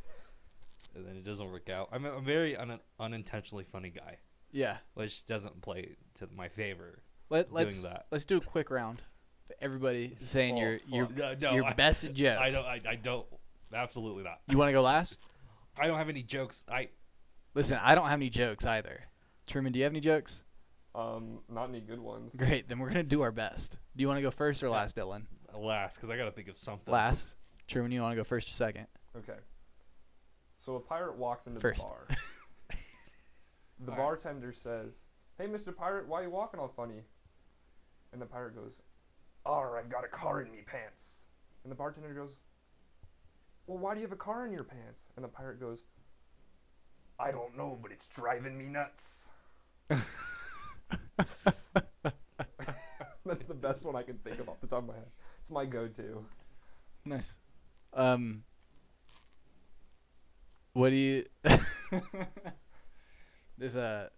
A: And then it doesn't work out. I'm a, a very un, unintentionally funny guy,
B: Yeah.
A: which doesn't play to my favor.
B: Let
A: Doing
B: let's
A: that.
B: let's do a quick round. For Everybody saying
C: Oh,
B: your your
A: No, no,
B: your
A: <laughs> I,
B: best joke.
A: I don't, I, I don't, absolutely not.
B: You want to go last?
A: I don't have any jokes. I
B: Listen, I don't have any jokes either. Truman, do you have any jokes?
C: Um, not any good ones.
B: Great. Then we're gonna do our best. Do you want to go first or last, Dylan?
A: last because I gotta think of something.
B: Last. Truman, you want to go first or second?
C: Okay. So a pirate walks into
B: First.
C: the bar. the
B: Alright.
C: bartender says, "Hey, Mr. Pirate, why you walking all funny?" And the pirate goes, "Arr, I've got a car in me pants." And the bartender goes, "Well, why do you have a car in your pants?" And the pirate goes, "I don't know, but it's driving me nuts." <laughs> That's the best one I can think of off the top of my head. It's my go-to. <laughs>
B: Nice. Um. What do you? <laughs> there's a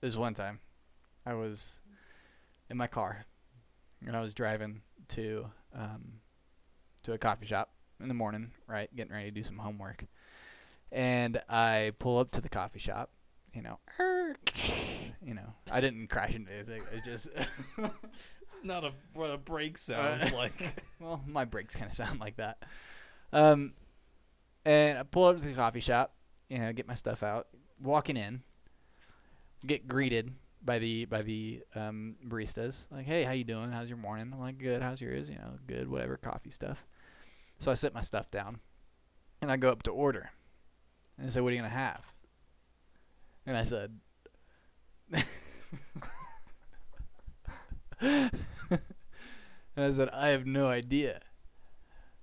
B: there's one time, I was in my car, and I was driving to um to a coffee shop in the morning, right, getting ready to do some homework, and I pull up to the coffee shop, you know, <laughs> you know, I didn't crash into anything. It just <laughs>
A: It's not a what a
B: Uh,
A: break
B: <laughs>
A: sounds like.
B: well, my breaks kind of sound like that. Um, and I pull up to the coffee shop, you know, get my stuff out. Walking in, get greeted by the by the um, baristas. Like, hey, how you doing? How's your morning? I'm like, good. How's yours? You know, good. Whatever coffee stuff. So I set my stuff down, and I go up to order, and I say, what are you gonna have? And I said. And I said, I have no idea.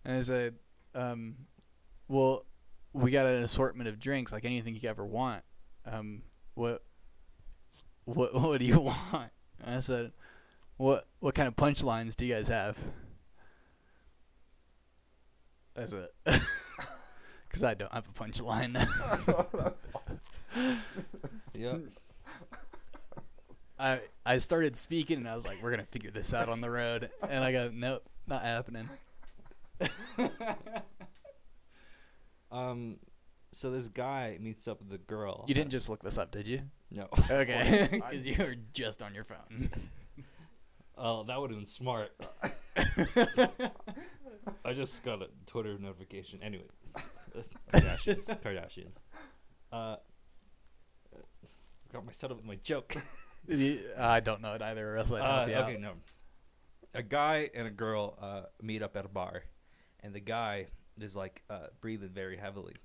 B: And I said, um, well, we got an assortment of drinks, like anything you could ever want. Um, what, what, <laughs> what do you want? And I said, what, what kind of punchlines do you guys have? That's it. <laughs> Because I don't have a punchline. <laughs>
C: That's
A: yeah.
B: I, I started speaking and I was like, we're going to figure this out on the road. And I go, nope, not happening. <laughs>
A: Um. So this guy meets up with a girl.
B: You didn't just look this up, did you?
A: No.
B: Okay, <laughs>
C: I-
B: because you were just on your phone.
A: Oh, that would have been smart. I just got a Twitter notification. Anyway,
B: <laughs>
A: that's Kardashians. Kardashians. Uh, got my setup with my joke.
B: <laughs> You- I don't know it either, or else I'd
A: Uh,
B: help you
A: okay,
B: out.
A: no. A guy and a girl uh, meet up at a bar, and the guy is like uh, breathing very heavily.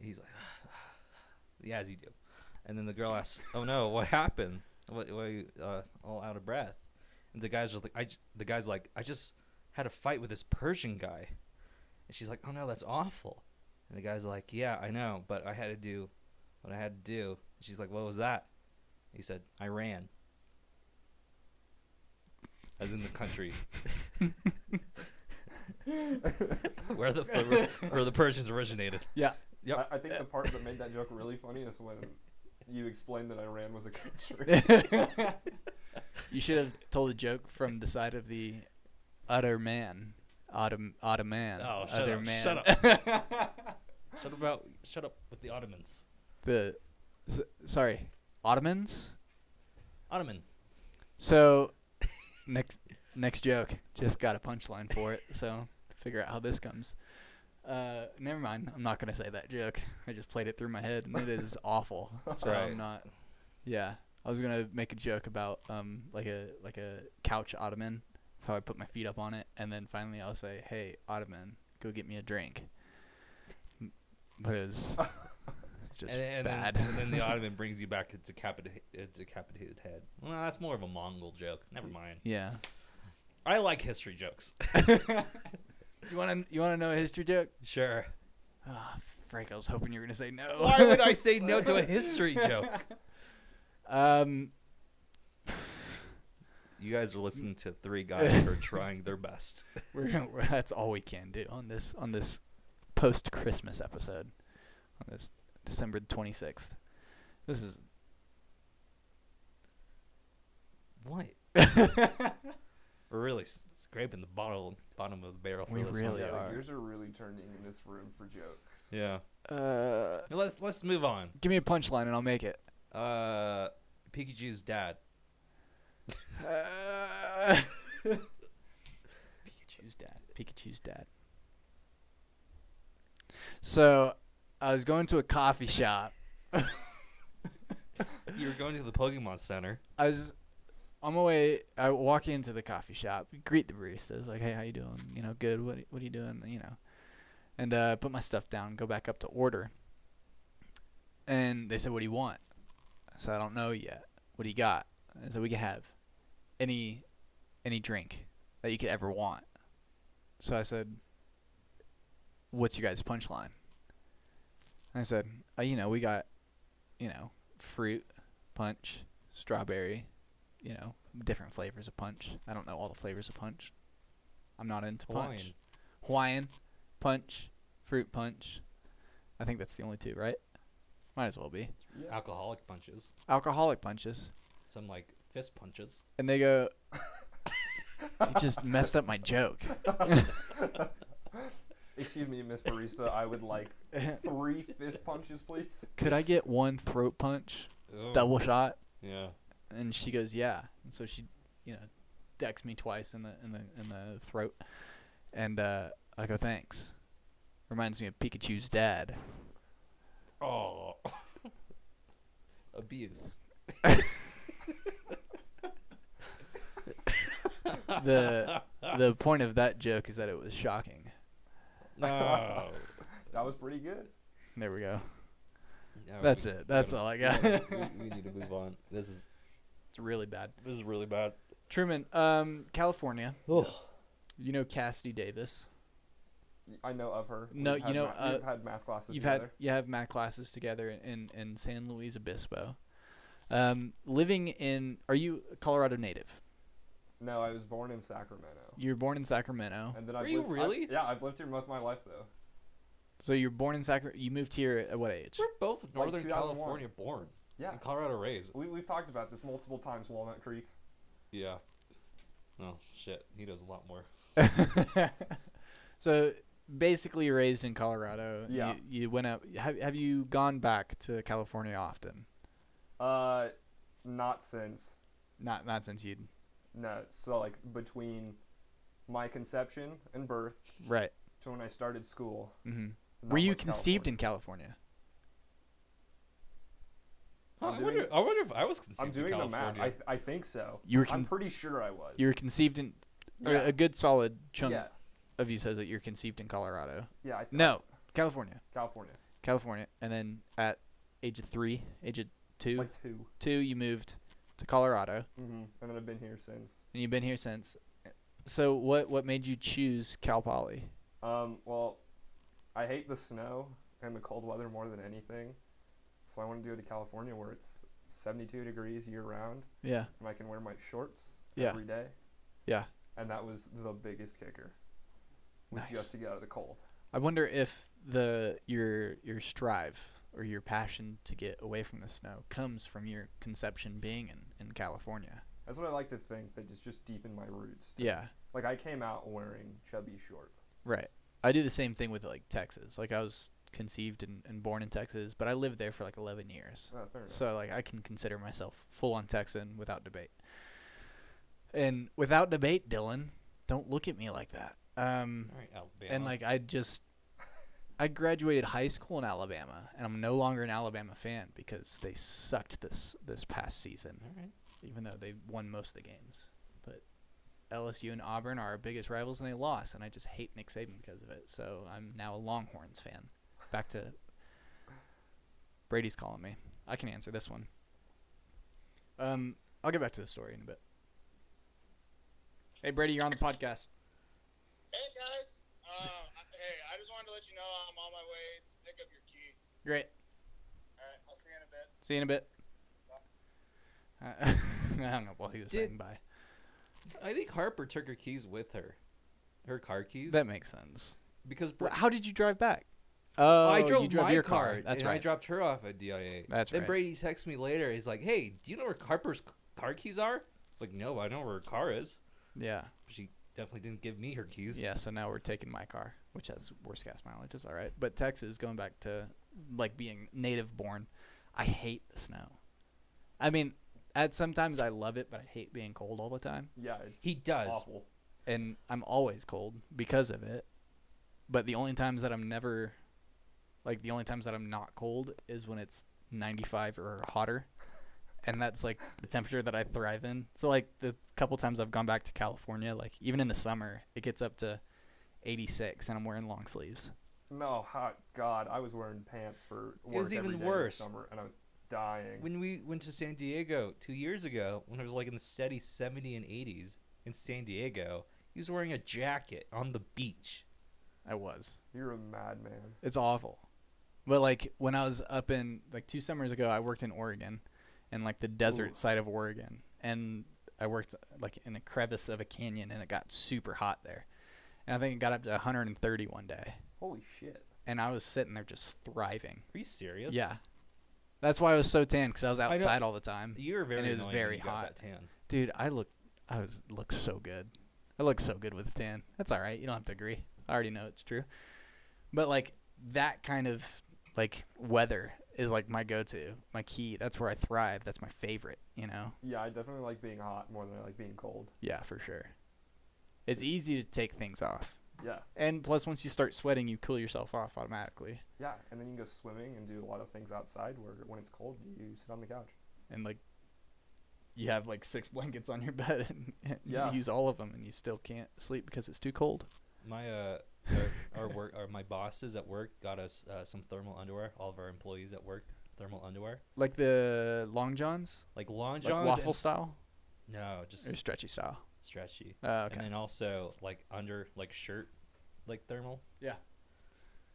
A: He's like, <sighs> yeah, as you do. And then the girl asks, "Oh no, what happened? What, why are you uh, all out of breath?" And the guy's just like, "I." j- The guy's like, "I just had a fight with this Persian guy," and she's like, "Oh no, that's awful." And the guy's like, "Yeah, I know, but I had to do what I had to do." And she's like, "What was that?" He said, "I ran." as in the
B: <laughs>
A: country where the where the Persians originated.
B: Yeah,
A: Yep.
C: I, I think the part that made that joke really funny is when you explained that Iran was
B: <laughs>
C: a country.
B: you should have told a joke from the side of the utter man, Ottom, Ottoman,
A: Oh, shut
B: other
A: up,
B: man.
A: shut up.
B: <laughs>
A: shut about shut up with the Ottomans.
B: The, s- sorry, Ottomans.
A: Ottoman.
B: So, next next joke. Just got a punchline for it. So figure out how this comes. Uh, never mind. I'm not gonna say that joke. I just played it through my head, and
A: <laughs>
B: it is awful. So
A: Right.
B: I'm not. Yeah, I was gonna make a joke about um like a like a couch ottoman, how I put my feet up on it, and then finally I'll say, "Hey ottoman, go get me a drink." M-
A: <laughs>
B: But it's it's just
A: and, and
B: bad.
A: Then, and <laughs> then the
B: <laughs>
A: Ottoman brings you back to decapitated, decapitated head. Well, that's more of a Mongol joke. Never mind.
B: yeah.
A: I like history jokes.
B: You wanna you wanna know a history joke?
A: Sure.
B: Ah, Frank, I was hoping you were gonna say no.
A: Why
B: <laughs>
A: would I say no <laughs> to a history joke?
B: Um,
A: You guys are listening to three guys who are trying their best.
B: we're, gonna- we're that's all we can do on this on this post Christmas episode on this December twenty sixth. This is
A: <laughs> What? We're really s- scraping the bottle, bottom of the barrel. For
B: We
A: this
B: really
A: one.
C: yeah, like,
B: are.
C: yours are really turning in this room for jokes.
A: Yeah.
B: uh,
A: Let's let's move on.
B: give me a punchline and I'll make it.
A: Uh, Pikachu's dad.
B: Uh, Pikachu's dad. Pikachu's dad. So, I was going to a coffee shop.
A: You were going to the Pokemon Center.
B: I was on my way. I walk into the coffee shop, greet the baristas, like, "Hey, how you doing? You know, good. What what are you doing? You know," and uh, put my stuff down, go back up to order. And they said, "What do you want?" I said, "I don't know yet. What do you got?" I said, "We can have any any drink that you could ever want." So I said, "What's your guys' punchline?" And I said, uh, "You know, we got, you know, fruit punch, strawberry." you know, different flavors of punch. I don't know all the flavors of punch. I'm not into punch.
A: Hawaiian.
B: Hawaiian punch, fruit punch. I think that's the only two, right? Might as well be.
C: Yeah.
A: Alcoholic punches.
B: Alcoholic punches.
A: Some like fist punches.
B: And they <laughs> go You just messed up my <laughs> joke.
C: Excuse me, Miss Barista. I would like three fist punches, please.
B: Could I get one throat punch? Double shot?
A: Yeah.
B: And she goes, "Yeah." And so she, you know, decks me twice in the in the in the throat, and uh, I go, "Thanks." Reminds me of Pikachu's dad.
A: Oh. <laughs> Abuse.
B: the The point of that joke is that it was shocking.
A: No.
C: That was pretty good.
B: There we go. That's it. That's all I got.
A: <laughs>
B: <laughs>
A: we, we need to move on. This is
B: It's really bad.
A: this is really bad.
B: Truman, um, California.
A: Oh.
B: You know Cassidy Davis.
C: I know of her.
B: No,
C: We've
B: you
C: had
B: know,
C: ma- we've
B: uh,
C: had math classes
B: You've had
C: together.
B: you have math classes together in in San Luis Obispo. Um, living in are you a Colorado native?
C: No, I was born in Sacramento.
B: You were born in Sacramento.
C: And then I've
A: Were you
C: lived- I've-
A: really?
C: yeah, I've lived here most of my life though.
B: So you're born in Sacramento. You moved here at what
C: <laughs>
B: age?
A: We're both Northern
C: 2001.
A: California born.
C: Yeah,
A: And Colorado raised.
C: we we've talked about this multiple times. Walnut Creek.
A: Yeah. Oh shit. He does a lot more.
B: so basically raised in Colorado.
C: Yeah.
B: You, you went up. Have have you gone back to California often?
C: Uh, not since
B: Not not since you'd
C: no. So like between my conception and birth
B: right.
C: to when I started school.
B: hmm
C: not
B: Were you
C: much
B: conceived
C: California.
B: in California?
A: Huh,
C: I'm
A: I
C: doing-
A: wonder. I wonder if I was conceived
C: I'm doing
A: in
C: the math.
A: California.
C: I I think so.
B: You were
C: I'm
B: con-
C: pretty sure I was.
B: you were conceived in or
C: yeah.
B: a good solid chunk
C: yeah,
B: of you says that you're conceived in Colorado.
C: yeah. I th-
B: No, California,
C: California.
B: California, and then at age of three, age of two,
C: Like 2
B: two, you moved to Colorado,
C: Mm-hmm. And then I've been here since.
B: and you've been here since. So what what made you choose Cal Poly?
C: Um, well, I hate the snow and the cold weather more than anything, so I want to go to California where it's 72 degrees year round
B: Yeah,
C: and I can wear my shorts
B: Yeah.
C: every day.
B: yeah.
C: And that was the biggest kicker. Was
B: Nice.
C: just to get out of the cold.
B: I wonder if the your your strive or your passion to get away from the snow comes from your conception being in, in California.
C: That's what I like to think. That it's just deep in my roots.
B: Yeah,
C: Like I came out wearing chubby shorts.
B: right. I do the same thing with like Texas. Like I was conceived and, and born in Texas, but I lived there for like 11 years.
C: Oh, fair enough.
B: So like I can consider myself full on Texan without debate. And without debate, Dylan, don't look at me like that. Um
A: All right, Alabama.
B: and like I just I graduated high school in Alabama and I'm no longer an Alabama fan because they sucked this this past season,
A: All right.
B: even though they won most of the games. But LSU and Auburn are our biggest rivals and they lost and I just hate Nick Saban because of it. So I'm now a Longhorns fan. Back to Brady's calling me. I can answer this one. Um I'll get back to the story in a bit. Hey Brady, you're on the podcast.
D: Hey guys, uh, hey, I just wanted to let you know I'm on my way to pick up your key.
B: Great.
D: All right, I'll see you in a bit.
B: See you in a bit. I <laughs> I don't know what he was
A: Did-
B: saying by.
A: I think Harper took her keys with her, her car keys.
B: That makes sense.
A: because Br-
B: Wh- How did you drive back? Oh,
A: I drove
B: you drove
A: my
B: your
A: car.
B: car. That's
A: and
B: right.
A: I dropped her off at DIA.
B: That's
A: then
B: right.
A: Brady texts me later. He's like, "Hey, do you know where Harper's c- car keys are?" It's like, "No, I know where her car is."
B: yeah.
A: She definitely didn't give me her keys.
B: Yeah, so now we're taking my car, which has worse gas mileage. It's all right. But Texas, going back to like being native born, I hate the snow. I mean, at sometimes I love it, but I hate being cold all the time.
C: yeah, it's
A: he does.
C: awful.
B: and I'm always cold because of it. But the only times that I'm never Like the only times that I'm not cold is when it's 95 or hotter, and that's like the temperature that I thrive in. So like the couple times I've gone back to California, like even in the summer, it gets up to 86, and I'm wearing long sleeves.
C: No, hot God, I was wearing pants for work
A: It was
C: every
A: even
C: day
A: worse.
C: this summer, and I was dying.
A: When we went to San Diego two years ago, when it was like in the steady 70 and 80s in San Diego, he was wearing a jacket on the beach.
B: I was.
C: You're a madman.
B: It's awful. But like when I was up in like two summers ago, I worked in Oregon, and like the desert
C: Ooh.
B: side of Oregon, and I worked like in a crevice of a canyon, and it got super hot there, and I think it got up to 130 one day,
C: Holy shit.
B: and I was sitting there just thriving.
A: Are you serious?
B: Yeah, that's why I was so tan because I was
A: know.
B: outside all the time,
A: You were very
B: and it was
A: annoying when
B: very
A: you got
B: hot.
A: that tan.
B: dude. I looked, I was looked so good. I look so good with a tan. That's all right. You don't have to agree. I already know it's true. But like that kind of like weather is like my go-to, my key. That's where I thrive. That's my favorite. You know.
C: Yeah, I definitely like being hot more than I like being cold.
B: Yeah, for sure. It's easy to take things off,
C: Yeah,
B: and plus, once you start sweating, you cool yourself off automatically,
C: yeah. And then you can go swimming and do a lot of things outside where when it's cold, you sit on the couch.
B: and like you have like six <laughs> blankets on your bed, and, and
C: Yeah.
B: you use all of them, and you still can't sleep because it's too cold.
A: My uh, our,
B: <laughs>
A: our work, our, my bosses at work got us uh, some thermal underwear. All of our employees at work, thermal underwear,
B: Like the long johns,
A: like long
B: like
A: johns. and-
B: waffle style
A: no, just
B: or stretchy style.
A: stretchy.
B: Uh, okay.
A: And then also like under like shirt, like thermal.
B: Yeah.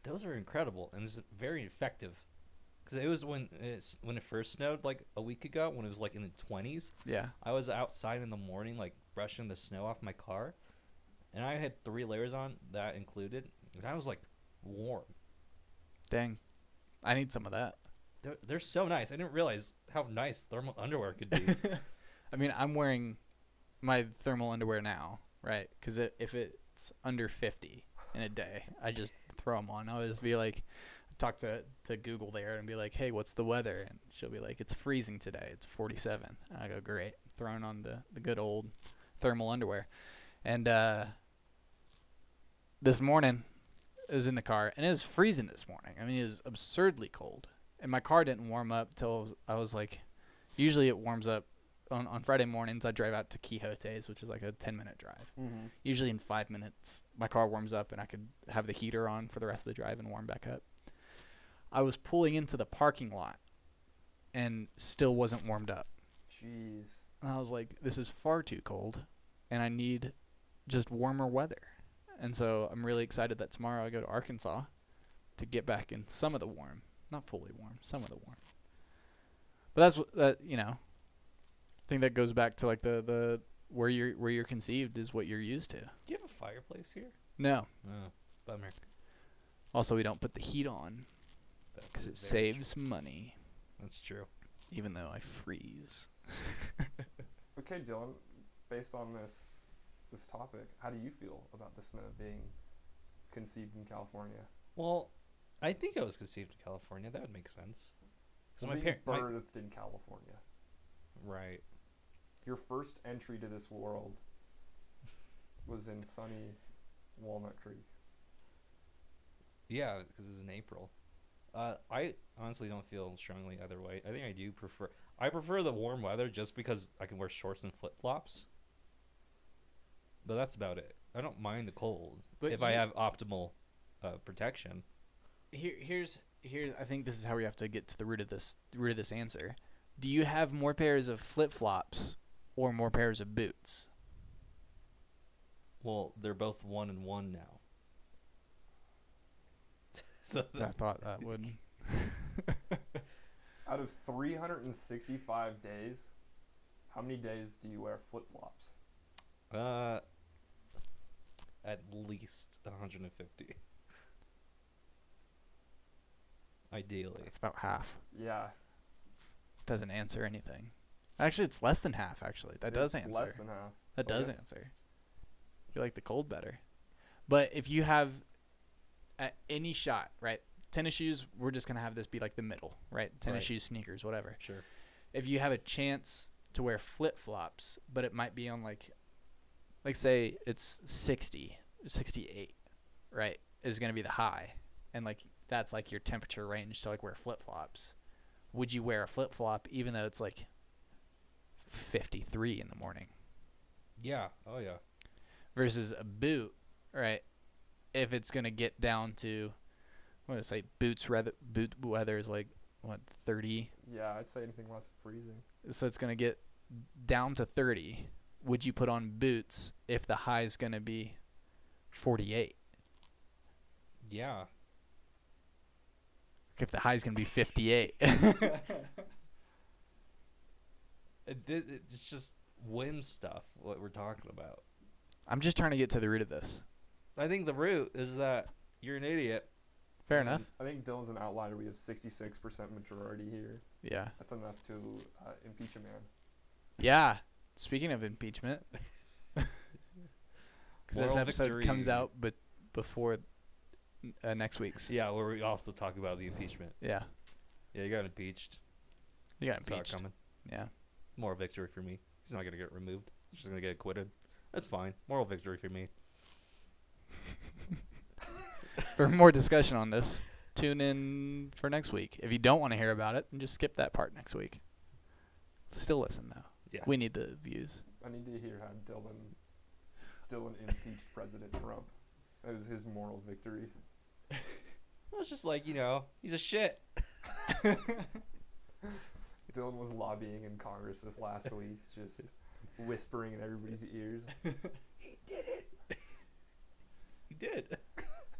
A: Those are incredible and it's very effective. Because it was when it's when it first snowed like a week ago when it was like in the twenties.
B: yeah.
A: I was outside in the morning like brushing the snow off my car, and I had three layers on that included, and I was like warm.
B: Dang. I need some of that.
A: They're, they're so nice. I didn't realize how nice thermal underwear could be.
B: I mean, I'm wearing my thermal underwear now, right? Because it, if it's under 50 in a day, I just throw them on. I'll just be like, talk to, to Google there and be like, hey, what's the weather? And she'll be like, it's freezing today. It's 47. And I go, great. Throwing on the, the good old thermal underwear. And uh, this morning, I was in the car and it was freezing this morning. I mean, it was absurdly cold. And my car didn't warm up till I was like, usually it warms up on, on Friday mornings, I drive out to Quixote's, which is like a 10 minute drive.
C: Mm-hmm.
B: Usually in five minutes, my car warms up and I could have the heater on for the rest of the drive and warm back up. I was pulling into the parking lot and still wasn't warmed up.
C: Jeez.
B: And I was like, this is far too cold and I need just warmer weather. And so I'm really excited that tomorrow I go to Arkansas to get back in some of the warm, not fully warm, some of the warm. But that's what that you know. I think that goes back to like the the where you're where you're conceived is what you're used to.
A: Do you have a fireplace here?
B: No.
A: Oh, bummer.
B: Also, we don't put the heat on
A: That's
B: because
A: an
B: it
A: advantage.
B: saves money.
A: That's true.
B: Even though I freeze.
C: Okay, Dylan. Based on this this topic, how do you feel about the snow being conceived in California?
A: Well, I think I was conceived in California. That would make sense. 'Cause
C: Well,
A: my
C: being
A: parent, my-
C: birthed in California.
A: right?
C: Your first entry to this world <laughs> was in sunny Walnut Creek.
A: Yeah, because it was in April. Uh, I honestly don't feel strongly either way. I think I do prefer. I prefer the warm weather just because I can wear shorts and flip flops. But that's about it. I don't mind the cold
B: But
A: if I
B: you-
A: have optimal uh, protection.
B: Here, here's here. I think this is how we have to get to the root of this root of this answer. Do you have more pairs of flip flops or more pairs of boots?
A: Well, they're both one and one now. <laughs> so
B: I thought that would.
C: Out of 365 days, how many days do you wear flip flops?
A: Uh, at least 150. Ideally.
B: It's about half.
C: Yeah,
B: Doesn't answer anything. Actually, it's less than half. Actually, that does
C: it's
B: answer.
C: Less than half.
B: That
C: So I
B: does
C: guess-
B: answer. You like the cold better. But if you have at any shot, right? Tennis shoes, we're just going to have this be like the middle, right? Tennis
A: Right.
B: shoes, sneakers, whatever.
A: Sure.
B: If you have a chance to wear flip-flops, but it might be on like like say it's 60, 68, right? Is going to be the high. And like that's like your temperature range to like wear flip flops. Would you wear a flip flop even though it's like 53 in the morning
A: Yeah. Oh yeah.
B: versus a boot, right? If it's gonna get down to, what did I say? Boots rather boot weather is like what 30,
C: Yeah, I'd say anything less than freezing.
B: so it's gonna get down to 30. Would you put on boots if the high is gonna be 48?
A: Yeah.
B: If the high is gonna
A: <laughs>
B: be 58?
A: It- it- it's just whim stuff what we're talking about.
B: I'm just trying to get to the root of this.
A: I think the root is that you're an idiot.
B: Fair
C: I
B: enough.
C: think- I think Dylan's an outlier. We have 66% majority here.
B: Yeah.
C: That's enough to uh, impeach a man.
B: Yeah. Speaking of
A: <laughs>
B: impeachment, because this
A: Moral
B: episode comes
A: victory.
B: out but before uh, next week's.
A: Yeah, where we also talk about the impeachment.
B: Yeah.
A: Yeah, you got impeached.
B: You got
A: Saw it
B: impeached.
A: coming.
B: Yeah.
A: Moral victory for me. He's not gonna get removed. He's just gonna get acquitted. That's fine. Moral victory for me.
B: For more discussion on this, tune in for next week. If you don't want to hear about it, then just skip that part next week. Still listen though.
A: Yeah.
B: We need the views.
C: I need to hear how Dylan Dylan impeached President Trump. That was his moral victory.
A: I was just like, you know, he's a shit.
C: Dylan was lobbying in Congress this last week, just whispering in everybody's ears.
A: <laughs> He did.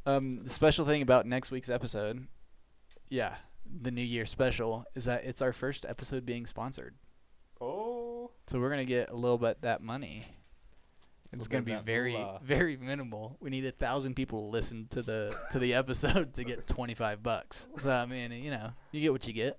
B: Um, the special thing about next week's episode, yeah, the New Year special, is that it's our first episode being sponsored.
C: Oh, <laughs>
B: So we're gonna get a little bit that money. It's
A: Little
B: gonna
A: bit
B: be
A: that
B: very,
A: moolah.
B: very minimal. We need a thousand people to listen to the to the <laughs> episode to get twenty five bucks. So I mean, you know, you get what you get.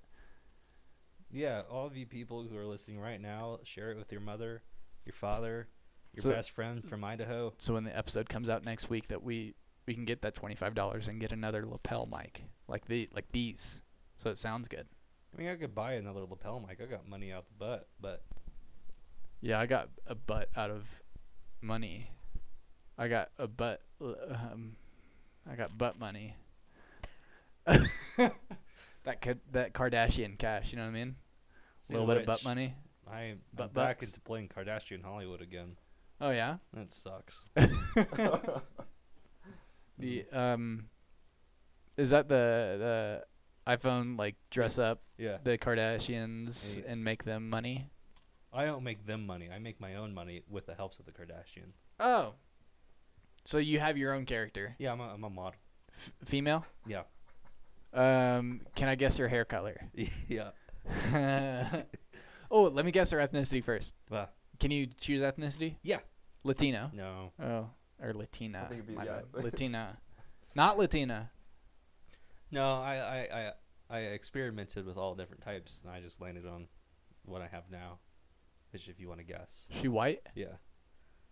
A: Yeah, all of you people who are listening right now, share it with your mother, your father, your
B: So-
A: best friend from Idaho.
B: So when the episode comes out next week, that we we can get that twenty five dollars and get another lapel mic like the like these. So it sounds good.
A: I mean, I could buy another lapel mic. I got money out the butt, but
B: Yeah, I got a butt out of money. I got a butt. Um, I got butt money. that could that Kardashian cash. You know what I mean? A
A: Speaking
B: little bit of
A: which,
B: butt money.
A: I, am
B: butt
A: back
B: bucks.
A: into playing Kardashian Hollywood again.
B: Oh yeah.
A: That sucks.
B: The um, is that the the iPhone like dress up
A: Yeah,
B: the Kardashians
A: Hey.
B: and make them money?
A: I don't make them money. I make my own money with the helps of the Kardashian.
B: Oh. So you have your own character,
A: Yeah, I'm a, I'm a model.
B: F- female. <laughs>
A: Yeah,
B: Um, can I guess your hair color?
A: yeah.
B: <laughs> oh, let me guess her ethnicity first.
A: But
B: Can you choose ethnicity?
A: Yeah.
B: Latino.
A: no,
B: Oh, or Latina.
C: I think it'd be
B: my
C: yeah.
B: bad. Latina. Not Latina.
A: no. I I I, I experimented with all different types, and I just landed on what I have now. Which, if you want to guess,
B: She white
A: yeah.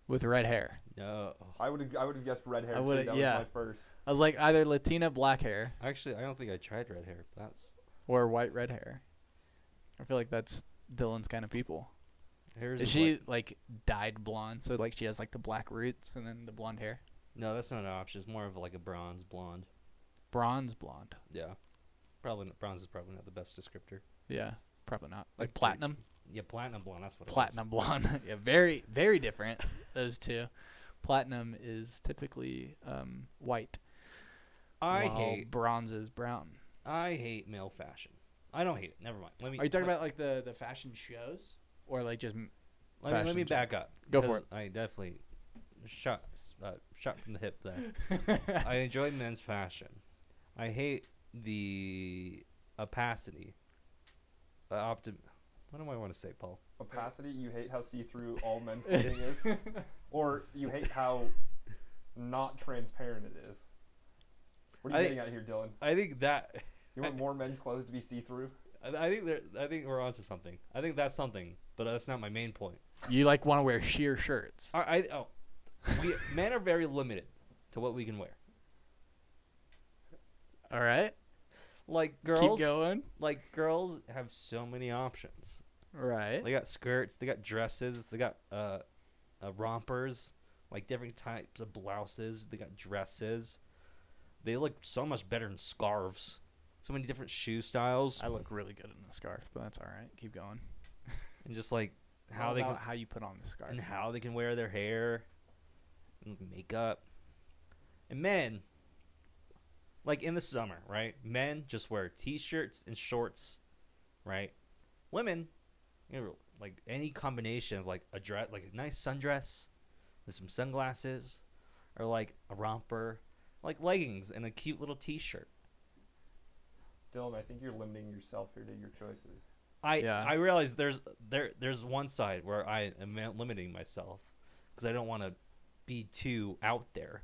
B: with red hair.
A: No,
C: I would I would have guessed red hair.
B: I
C: too.
B: would've-
C: That
B: yeah.
C: was my first.
B: I was like either Latina black hair
A: actually, I don't think I tried red hair. but That's
B: or white red hair. I feel like that's Dylan's kind of people.
A: hairs.
B: Is
A: like-
B: she like dyed blonde? So like she has like the black roots and then the blonde hair.
A: no, that's not an option. It's more of like a bronze blonde.
B: Bronze blonde.
A: Yeah, probably not, bronze is probably not the best descriptor.
B: Yeah, probably not. Like
A: Like the-
B: platinum.
A: Yeah, platinum blonde. That's what.
B: platinum blonde. <laughs> yeah, very very different those two. Platinum is typically um, white,
A: It is. I
B: while
A: hate.
B: bronze is brown.
A: I hate male fashion. I don't hate it. Never mind. Let me.
B: Are you talking
A: let-
B: about like the the fashion shows or like
A: <laughs>
B: just? m- <laughs>
A: Let me, let
B: fashion
A: me
B: show?
A: back up.
B: Go for
A: 'cause I definitely shot uh, shot from the hip there. I enjoy men's fashion. I hate the opacity. Uh, optim. What do I want to say, Paul?
C: Opacity. You hate how see through all men's
B: <laughs>
C: clothing is, or you hate how not transparent it is. What are
A: I
C: you
A: think-
C: getting out of here, Dylan?
A: I think that.
C: You want more men's clothes to be see through?
A: I I think there. I think we're onto something. I think that's something, but that's not my main point.
B: You like want to wear sheer shirts?
A: I, I oh, we <laughs> men are very limited to what we can wear.
B: All right,
A: Like Uh, girls,
B: keep going.
A: like girls have so many options.
B: Right.
A: They got skirts. They got dresses. They got uh, uh rompers, like different types of blouses. They got dresses. They look so much better in scarves. So many different shoe styles,
B: I look really good in the scarf, but that's all right. Keep going.
A: and just like
B: It's
A: how
B: all
A: they
B: about
A: can,
B: how you put on the scarf.
A: and how they can wear their hair, and makeup, and men. Like in the summer, right? Men just wear t-shirts and shorts, right? Women, you know, like any combination of like a dress, like a nice sundress, with some sunglasses, or like a romper, like leggings and a cute little t-shirt.
C: Dylan, I think you're limiting yourself here to your choices.
A: I
B: Yeah.
A: I realize there's there there's one side where I am limiting myself because I don't want to be too out there,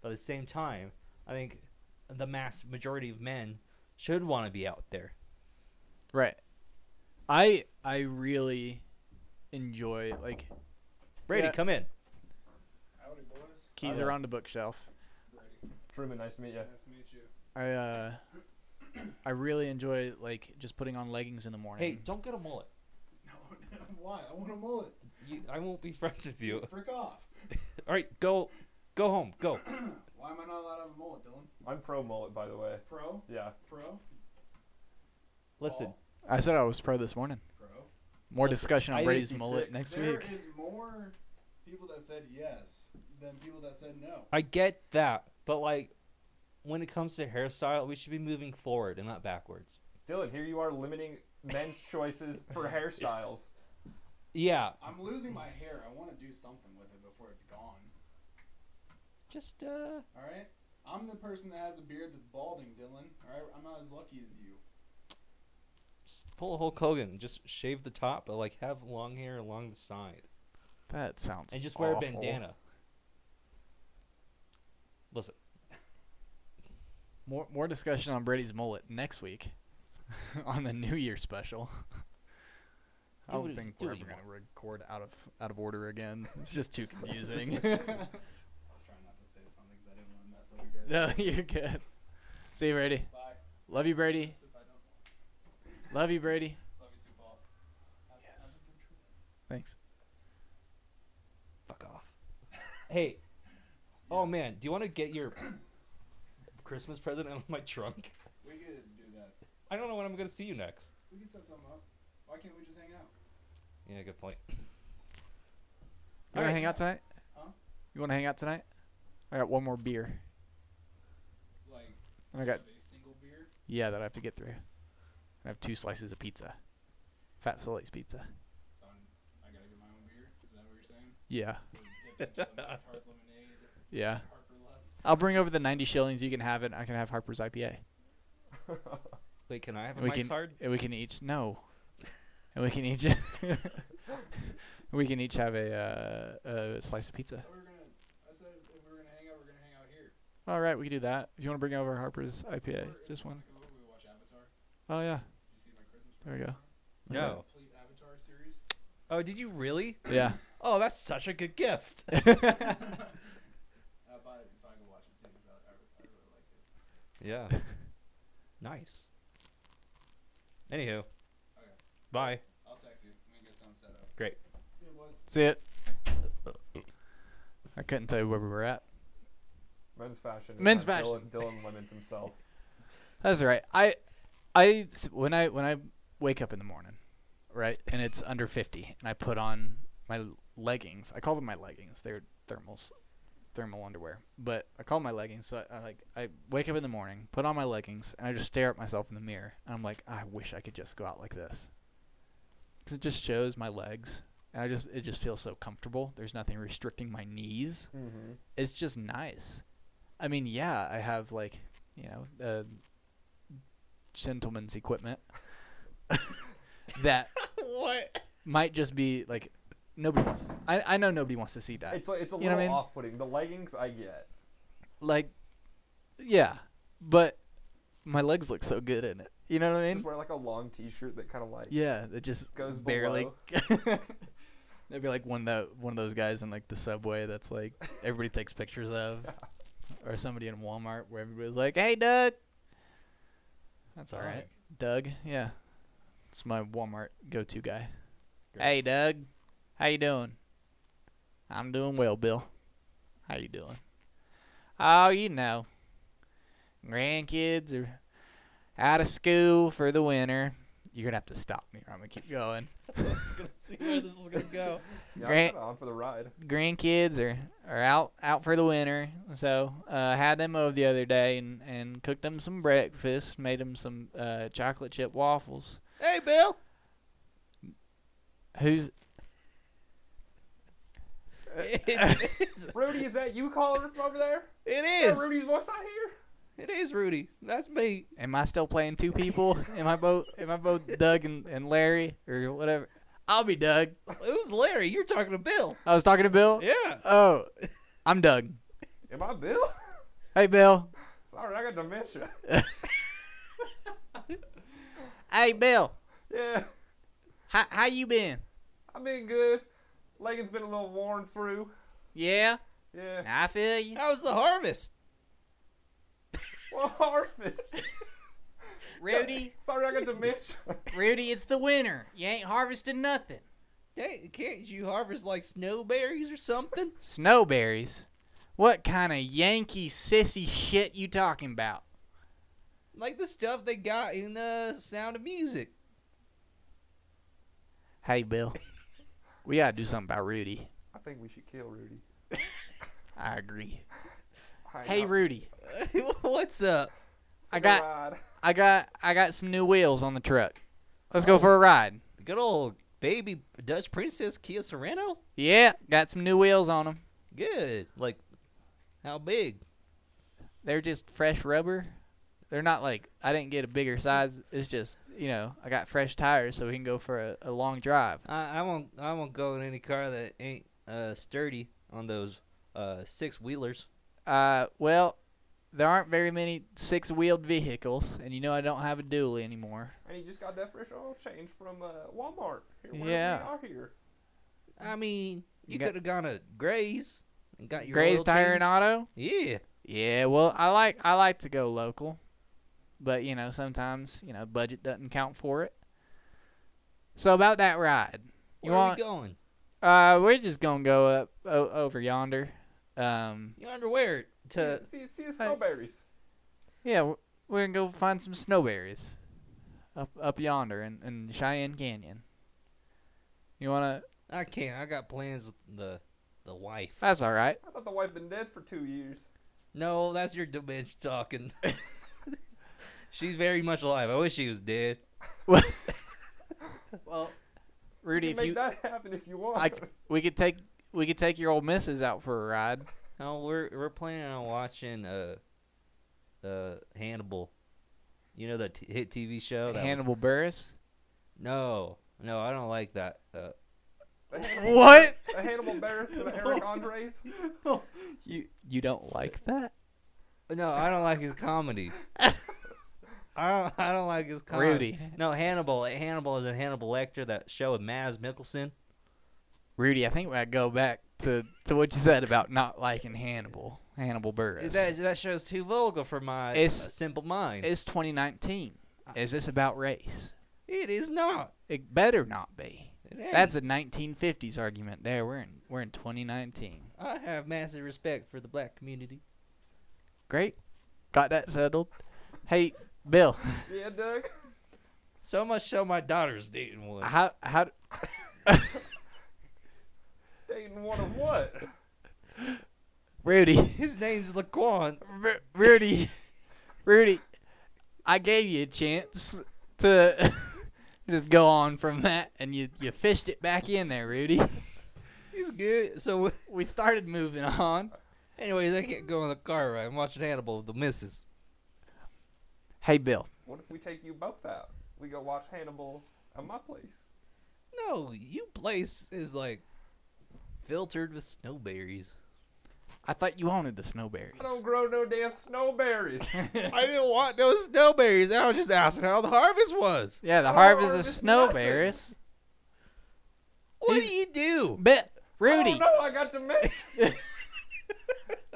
A: but at the same time, I think the mass majority of men should want to be out there.
B: Right. I I really enjoy like
A: Brady,
B: Yeah.
A: come in.
E: Howdy, boys.
B: keys
C: I
B: are
C: like-
B: on the bookshelf.
E: Brady,
C: Truman, nice to meet you.
E: nice to meet you. <laughs>
B: I uh I really enjoy like just putting on leggings in the morning.
A: Hey, don't get a mullet.
E: No, <laughs> why? I want a mullet.
A: You, I won't be <laughs> friends with you.
B: <laughs>
E: Frick off.
A: All right, go, go home. Go.
E: Why am I not allowed to have a mullet, Dylan?
C: I'm pro mullet, by the way.
E: Pro?
C: Yeah.
E: Pro?
A: Listen,
E: Paul?
B: I said I was pro this morning.
E: Pro?
B: More discussion
A: I
B: on
A: think
B: Brady's
A: he's
B: mullet
A: six.
B: next
E: There
B: week.
E: is more people that said yes than people that said no.
A: I get that, but like, when it comes to hairstyle, we should be moving forward and not backwards.
C: Dylan, here you are limiting <laughs> men's choices for hairstyles. <laughs>
A: Yeah,
E: I'm losing my hair. I want to do something with it before it's gone.
A: just uh.
E: All right? I'm the person that has a beard that's balding, Dylan. All right? I'm not as lucky as
B: <laughs>
E: you.
A: Just pull a Hulk Hogan, and just shave the top, but like have long hair along the side,
B: That sounds
A: and just wear
B: awful.
A: a bandana. Listen,
B: More more discussion on Brady's mullet next week <laughs> on the New Year special. <laughs> I
A: Do
B: don't
A: what you-
B: think
A: do
B: we're
A: what
B: ever
A: you
B: gonna record out of out of order again. <laughs> It's just too
E: <laughs>
B: confusing. <laughs>
E: I was trying not to say something because I didn't want to mess up your guys'
B: no, <laughs> you're good. See you, Brady.
E: Bye.
B: Love you, Brady.
E: If I don't
B: Love you, Brady.
E: love you too, Paul. Have-
B: Yes.
E: have a good trip.
B: Thanks.
A: fuck off. Hey, oh man, do you want to get your Christmas present out of my trunk?
E: We could do that.
A: I don't know when I'm gonna see you next.
E: We could set something up. Why can't we just hang out?
A: Yeah, good point.
B: You want
A: Alright.
B: to hang out tonight?
E: Huh?
B: You want to hang out tonight? I got one more beer.
E: Like,
B: And I got,
E: have a single beer?
B: yeah, that I have to get through. And I have two slices of pizza. Fat Soleil's pizza.
E: So I'm, I gotta get my own beer? Is that what you're saying?
B: Yeah.
E: Or dip into the Mike's Hard Lemonade that
B: Yeah.
E: Harper left?
B: I'll bring over the 90 shillings. You can have it. I can have Harper's IPA.
A: Wait, can I have a
B: We
A: Mike's
B: can-
A: hard?
B: And we can each, no. <laughs> and we can each, <laughs> we can each have a, uh, a slice of pizza.
E: I thought we Oh, were gonna. I said if we were gonna hang out, we're gonna hang out here.
B: All right, we can do that. If you want to bring over Harper's IPA,
E: Or if
B: just
E: you
B: one.
E: wanna Come over, we watch Avatar. Did
B: Oh, yeah.
E: you see my Christmas?
B: There we go.
A: No.
E: Complete Avatar
B: <laughs>
E: series. <laughs>
A: Oh, did you really?
B: Yeah.
A: Oh, that's such a good <laughs> gift.
E: I bought it so I can watch it too because I, I, I really liked it.
A: yeah. Nice. Anywho. Bye.
E: I'll text you. We can get something set up.
A: Great.
E: See you, boys.
B: See it. I couldn't tell you where we were at.
C: Men's fashion. is
B: Men's
C: when
B: fashion.
C: Dylan, Dylan limits himself.
B: That's all right. I, I s- when I when I wake up in the morning, right, and it's under fifty, and I put on my l- leggings. I call them my leggings. They're thermals, thermal underwear, but I call them my leggings. So I, I like I wake up in the morning, put on my leggings, and I just stare at myself in the mirror, and I'm like, I wish I could just go out like this, 'Cause it just shows my legs, and I just it just feels so comfortable. There's nothing restricting my knees
C: Mm-hmm.
B: it's just nice. I mean, yeah, I have like, you know, uh, gentleman's
C: <laughs>
B: equipment that
A: what?
B: might just be like nobody wants. I I know nobody wants to see that.
C: It's, a- it's a
B: You know what I
C: little
B: mean?
C: off-putting. The leggings, I get.
B: like, yeah, but my legs look so good in it. You know what I
C: Just
B: mean?
C: wear like a long T-shirt that kind of like
B: Yeah, it just
C: goes
B: barely.
C: below.
B: <laughs> They'd be like one of the, one of those guys in like the subway that's like everybody takes pictures
C: <laughs>
B: of, or somebody in Walmart where everybody's like, "Hey, Doug." That's all right, Doug. Yeah, it's my Walmart go-to guy.
A: Great.
B: Hey, Doug, how you doing? I'm doing well, Bill. How you doing? Oh, you know, grandkids are out of school for the winter. You're gonna have to stop me, or I'm gonna keep going.
A: gonna see where this was gonna go.
C: Yeah,
B: Grant-
C: I'm kinda on for the ride.
B: grandkids are, are out out for the winter. So uh, had them over the other day and, and cooked them some breakfast, made them some uh, chocolate chip waffles.
A: Hey, Bill.
B: Who's
A: <laughs> It's- it's-
C: Rudy, is that you calling from over there?
A: it
C: Is
A: is.
C: that Rudy's voice out here?
A: It is Rudy. That's me.
B: am I still playing two people? am I both am I both Doug and, and Larry or whatever? I'll be Doug.
A: It was Larry. You're talking to Bill.
B: I was talking to Bill.
A: Yeah.
B: Oh, I'm Doug.
C: Am I Bill? <laughs>
B: Hey Bill.
C: Sorry, I got dementia. <laughs>
B: Hey Bill.
C: Yeah,
B: How how you been?
C: I've been good. Legging's been a little worn through.
B: Yeah,
C: Yeah.
B: I feel you.
A: How was the harvest?
C: Well, <laughs> harvest.
B: Rudy,
C: Sorry, I got dementia.
B: Rudy, it's the winter. You ain't harvesting nothing.
A: Dang, can't you harvest like snowberries or something?
B: Snowberries? What kind of Yankee sissy shit you talking about?
A: Like the stuff they got in uh, Sound of Music.
B: Hey, Bill. <laughs> We gotta do something about Rudy.
C: <laughs> I think we should kill Rudy.
B: I agree.
C: I
B: Hey,
C: know.
B: Rudy.
A: <laughs> What's up?
C: Sick of
B: got-
C: ride. <laughs>
B: I got I got some new wheels on the truck. Let's go for a ride.
A: Good old baby Dutch princess Kia Sereno.
B: Yeah, got some new wheels on them.
A: Good. Like, how big?
B: They're just fresh rubber. They're not like I didn't get a bigger size. It's just you know I got fresh tires, so we can go for a, a long drive.
A: I, I won't. I won't go in any car that ain't uh, sturdy on those uh, six wheelers.
B: Uh, well, there aren't very many six-wheeled vehicles, and you know I don't have a dually anymore.
C: And you just got that fresh oil change from uh, Walmart. Here, wherever
B: Yeah.
C: We are here.
A: I mean,
B: You
A: you
B: got-
A: could have gone to Gray's and got your
B: Gray's
A: oil
B: Tire
A: change.
B: and Auto.
A: Yeah.
B: Yeah, well, I like I like to go local, but you know sometimes you know budget doesn't count for it. So about that ride, you
A: Where are
B: want?
A: we going?
B: uh, we're just gonna go up o- over yonder. Um,
A: You underwear to
C: see, see, see the snowberries.
B: yeah, w- we're gonna go find some snowberries up up yonder in, in Cheyenne Canyon. You wanna?
A: I can't. I got plans with the the wife.
B: That's all right.
C: I thought the wife been dead for two years.
A: No, that's your dementia
B: <laughs>
A: talking. She's very much alive. I wish she was dead.
B: Well, Rudy,
C: you
B: if
C: can make
B: you,
C: that <laughs> happen if you want.
B: I c <laughs> we could take we could take your old missus out for a ride.
A: No, we're we're planning on watching uh uh Hannibal. You know the t- hit TV show. Oh, That was-
B: Hannibal Burris.
A: no, no, I don't like that. Uh,
C: the Hannibal,
B: What?
C: the Hannibal Barris and the Eric Andres.
B: <laughs> You you don't like that?
A: no, I don't like his
B: <laughs>
A: comedy. I don't. I don't like his comedy.
B: Rudy.
A: No, Hannibal. like, Hannibal is in Hannibal Lecter. That show with Maz Mickelson.
B: Rudy, I think I go back to, to what you said about not liking Hannibal. Hannibal Burris.
A: That that show's too vulgar for my uh,
B: It's-
A: simple mind.
B: It's 2019. Is this about race?
A: it is not.
B: It better not be.
A: It ain't.
B: That's a 1950s argument. There, we're in we're in 2019.
A: I have massive respect for the black community.
B: Great, got that settled. Hey, Bill,
C: Yeah, Doug.
A: So much so my daughter's dating one.
B: how <laughs> how
C: Dating one of what?
B: Rudy,
A: His name's Laquan.
B: Ru- Rudy, Rudy, I gave you a chance to <laughs> just go on from that, and you you fished it back in there, Rudy.
A: He's good. So, <laughs>
B: We started moving on.
A: anyways, I can't go in the car ride. I'm watching Hannibal with the missus.
B: Hey, Bill.
C: What if we take you both out? We go watch Hannibal at my place.
A: No, you place is like filtered with snowberries.
B: I thought you wanted the snowberries.
C: I
B: <laughs>
C: don't grow no damn snowberries.
A: I didn't want no snowberries. I was just asking how the harvest was.
B: Yeah, the
C: I don't
B: harvest
C: harvest
B: is snowberries.
A: What
B: He's-
A: do you do?
B: But
C: I
B: Rudy,
C: don't know. I got dementia.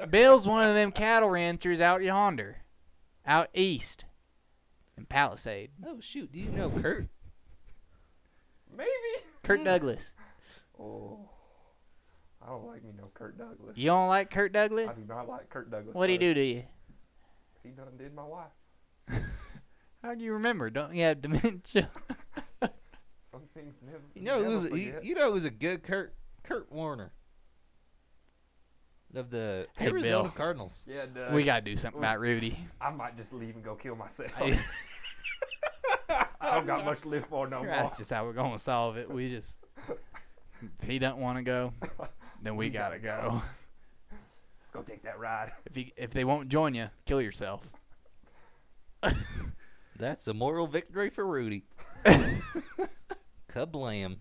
B: Bill's one of them cattle ranchers out yonder, out east, in Palisade.
A: Oh shoot, do you know Kurt?
C: Maybe. Hmm.
B: Kurt Douglas.
C: Oh, I don't like me no Kurt Douglas.
B: You don't like Kurt Douglas?
C: I do not like Kurt Douglas.
B: What'd he
C: sir.
B: do to you?
C: He done did my wife.
B: How do you remember? Don't you have <laughs> dementia?
C: Some things never.
A: You know
C: never
A: who's you,
C: forget.
A: you know who's a good Kurt Kurt Warner of the
B: Hey,
A: Arizona
B: Bill.
A: Cardinals.
C: Yeah, dude.
B: we gotta do something about Rudy.
C: I might just leave and go
B: <laughs>
C: kill myself. <laughs> I don't got much to live for no
B: <laughs>
C: more.
B: That's just how we're gonna solve it. We just if he doesn't want to go, then we,
C: We
B: gotta,
C: gotta
B: go.
C: Let's go take that ride. <laughs>
B: If he, if they won't join you, kill yourself.
A: That's a moral victory for
B: <laughs>
A: Rudy. Kablam.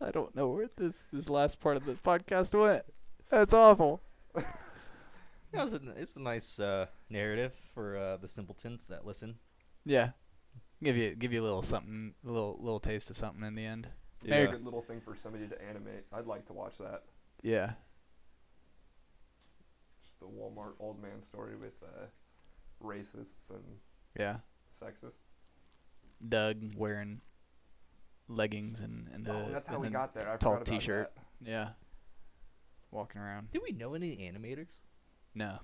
B: I don't know where this this last part of the podcast went. That's awful.
A: That was a, it's a nice uh, narrative for uh, the simpletons that listen.
B: Yeah, give you give you a little something, a little little taste of something in the end.
C: Very
A: Yeah.
C: good little thing for somebody to animate. I'd like to watch that.
B: Yeah,
C: Just the Walmart old man story with uh, racists and
B: yeah.
C: sexists.
B: Doug wearing leggings and and the
C: oh, that's how
B: and
C: we
B: the-
C: got there. I
B: tall
C: forgot about
B: t-shirt.
C: that.
B: yeah walking around.
A: Do we know any animators?
B: No,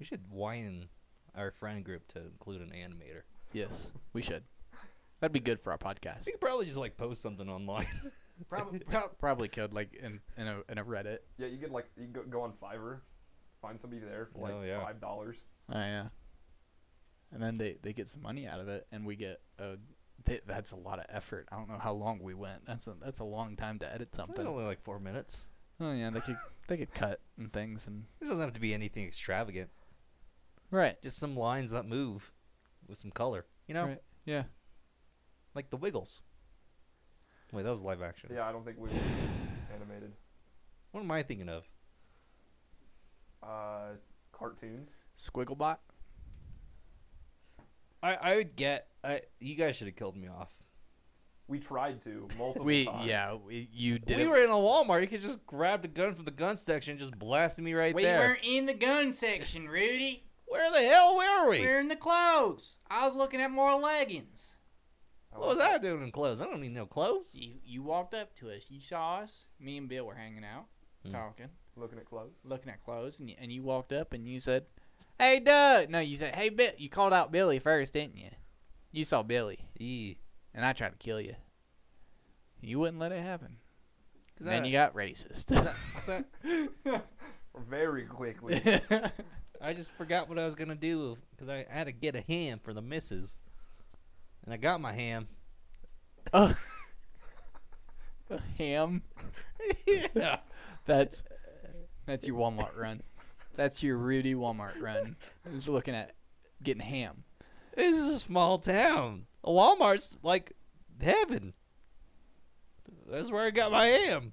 A: We should whine our friend group to include an animator.
B: yes, we should. That'd be good for our podcast.
A: We could probably just like post something online. <laughs>
B: <laughs> Probably, probably could like in in a in a Reddit.
C: Yeah, you could like you go, go on Fiverr, find somebody there for like
A: Oh, yeah.
C: five dollars.
B: Oh yeah. And then they they get some money out of it, and we get a. They, that's a lot of effort. I don't know how long we went. That's a that's a long time to edit
A: It's
B: something.
A: only like four minutes.
B: Oh yeah, they could they could cut and things and
A: It doesn't have to be anything extravagant.
B: right.
A: Just some lines that move with some color. You know,
B: Right. Yeah.
A: like the Wiggles. Wait, that was live action.
C: Yeah, I don't think we were animated.
A: What am I thinking of?
C: Uh, cartoons.
B: Squigglebot.
A: I I would get. I you guys should have killed me off.
C: We tried to multiple
B: We
C: times.
B: yeah we, you did.
A: we
B: it-
A: were in a Walmart. You could just grab the gun from the gun section and just blasted me right
F: We
A: there.
F: weren't in the gun section, Rudy.
A: Where the hell were we?
F: We were in the clothes. I was looking at more leggings.
C: I
A: What was
C: like
A: I doing in clothes? I don't need no clothes.
F: You you walked up to us. You saw us. Me and Bill were hanging out,
A: Hmm.
F: talking,
C: Looking at clothes.
F: looking at clothes.
B: and you, and you walked up and you said, "Hey Doug." No, you said, "Hey Bill." You called out Billy first, didn't you? You saw Billy,
A: E.
B: and I tried to kill you. You wouldn't let it happen.
A: 'Cause
B: Then
A: I- <laughs>
B: you got racist. <laughs>
C: Very quickly.
A: I just forgot what I was gonna do because I had to get a ham for the missus, and I got my ham.
B: Oh. the ham.
A: yeah.
B: <laughs> That's that's your Walmart run. That's your Rudy Walmart run. Is looking at getting ham.
A: This is a small town. A Walmart's like heaven. That's where I got my ham.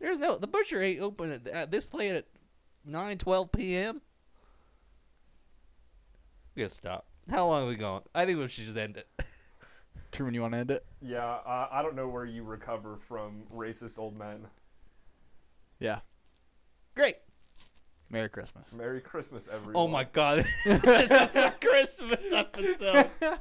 A: There's no the butcher ain't open at, at this late at 9, 12 p.m. We gotta stop. How long are we going? I think we should just end it.
B: Truman, you want to end it?
C: yeah, uh, I don't know where you recover from racist old men.
B: Yeah.
A: Great.
B: Merry Christmas.
A: <laughs>
B: Oh
C: Merry Christmas, everyone.
A: Oh my god, this is the Christmas episode.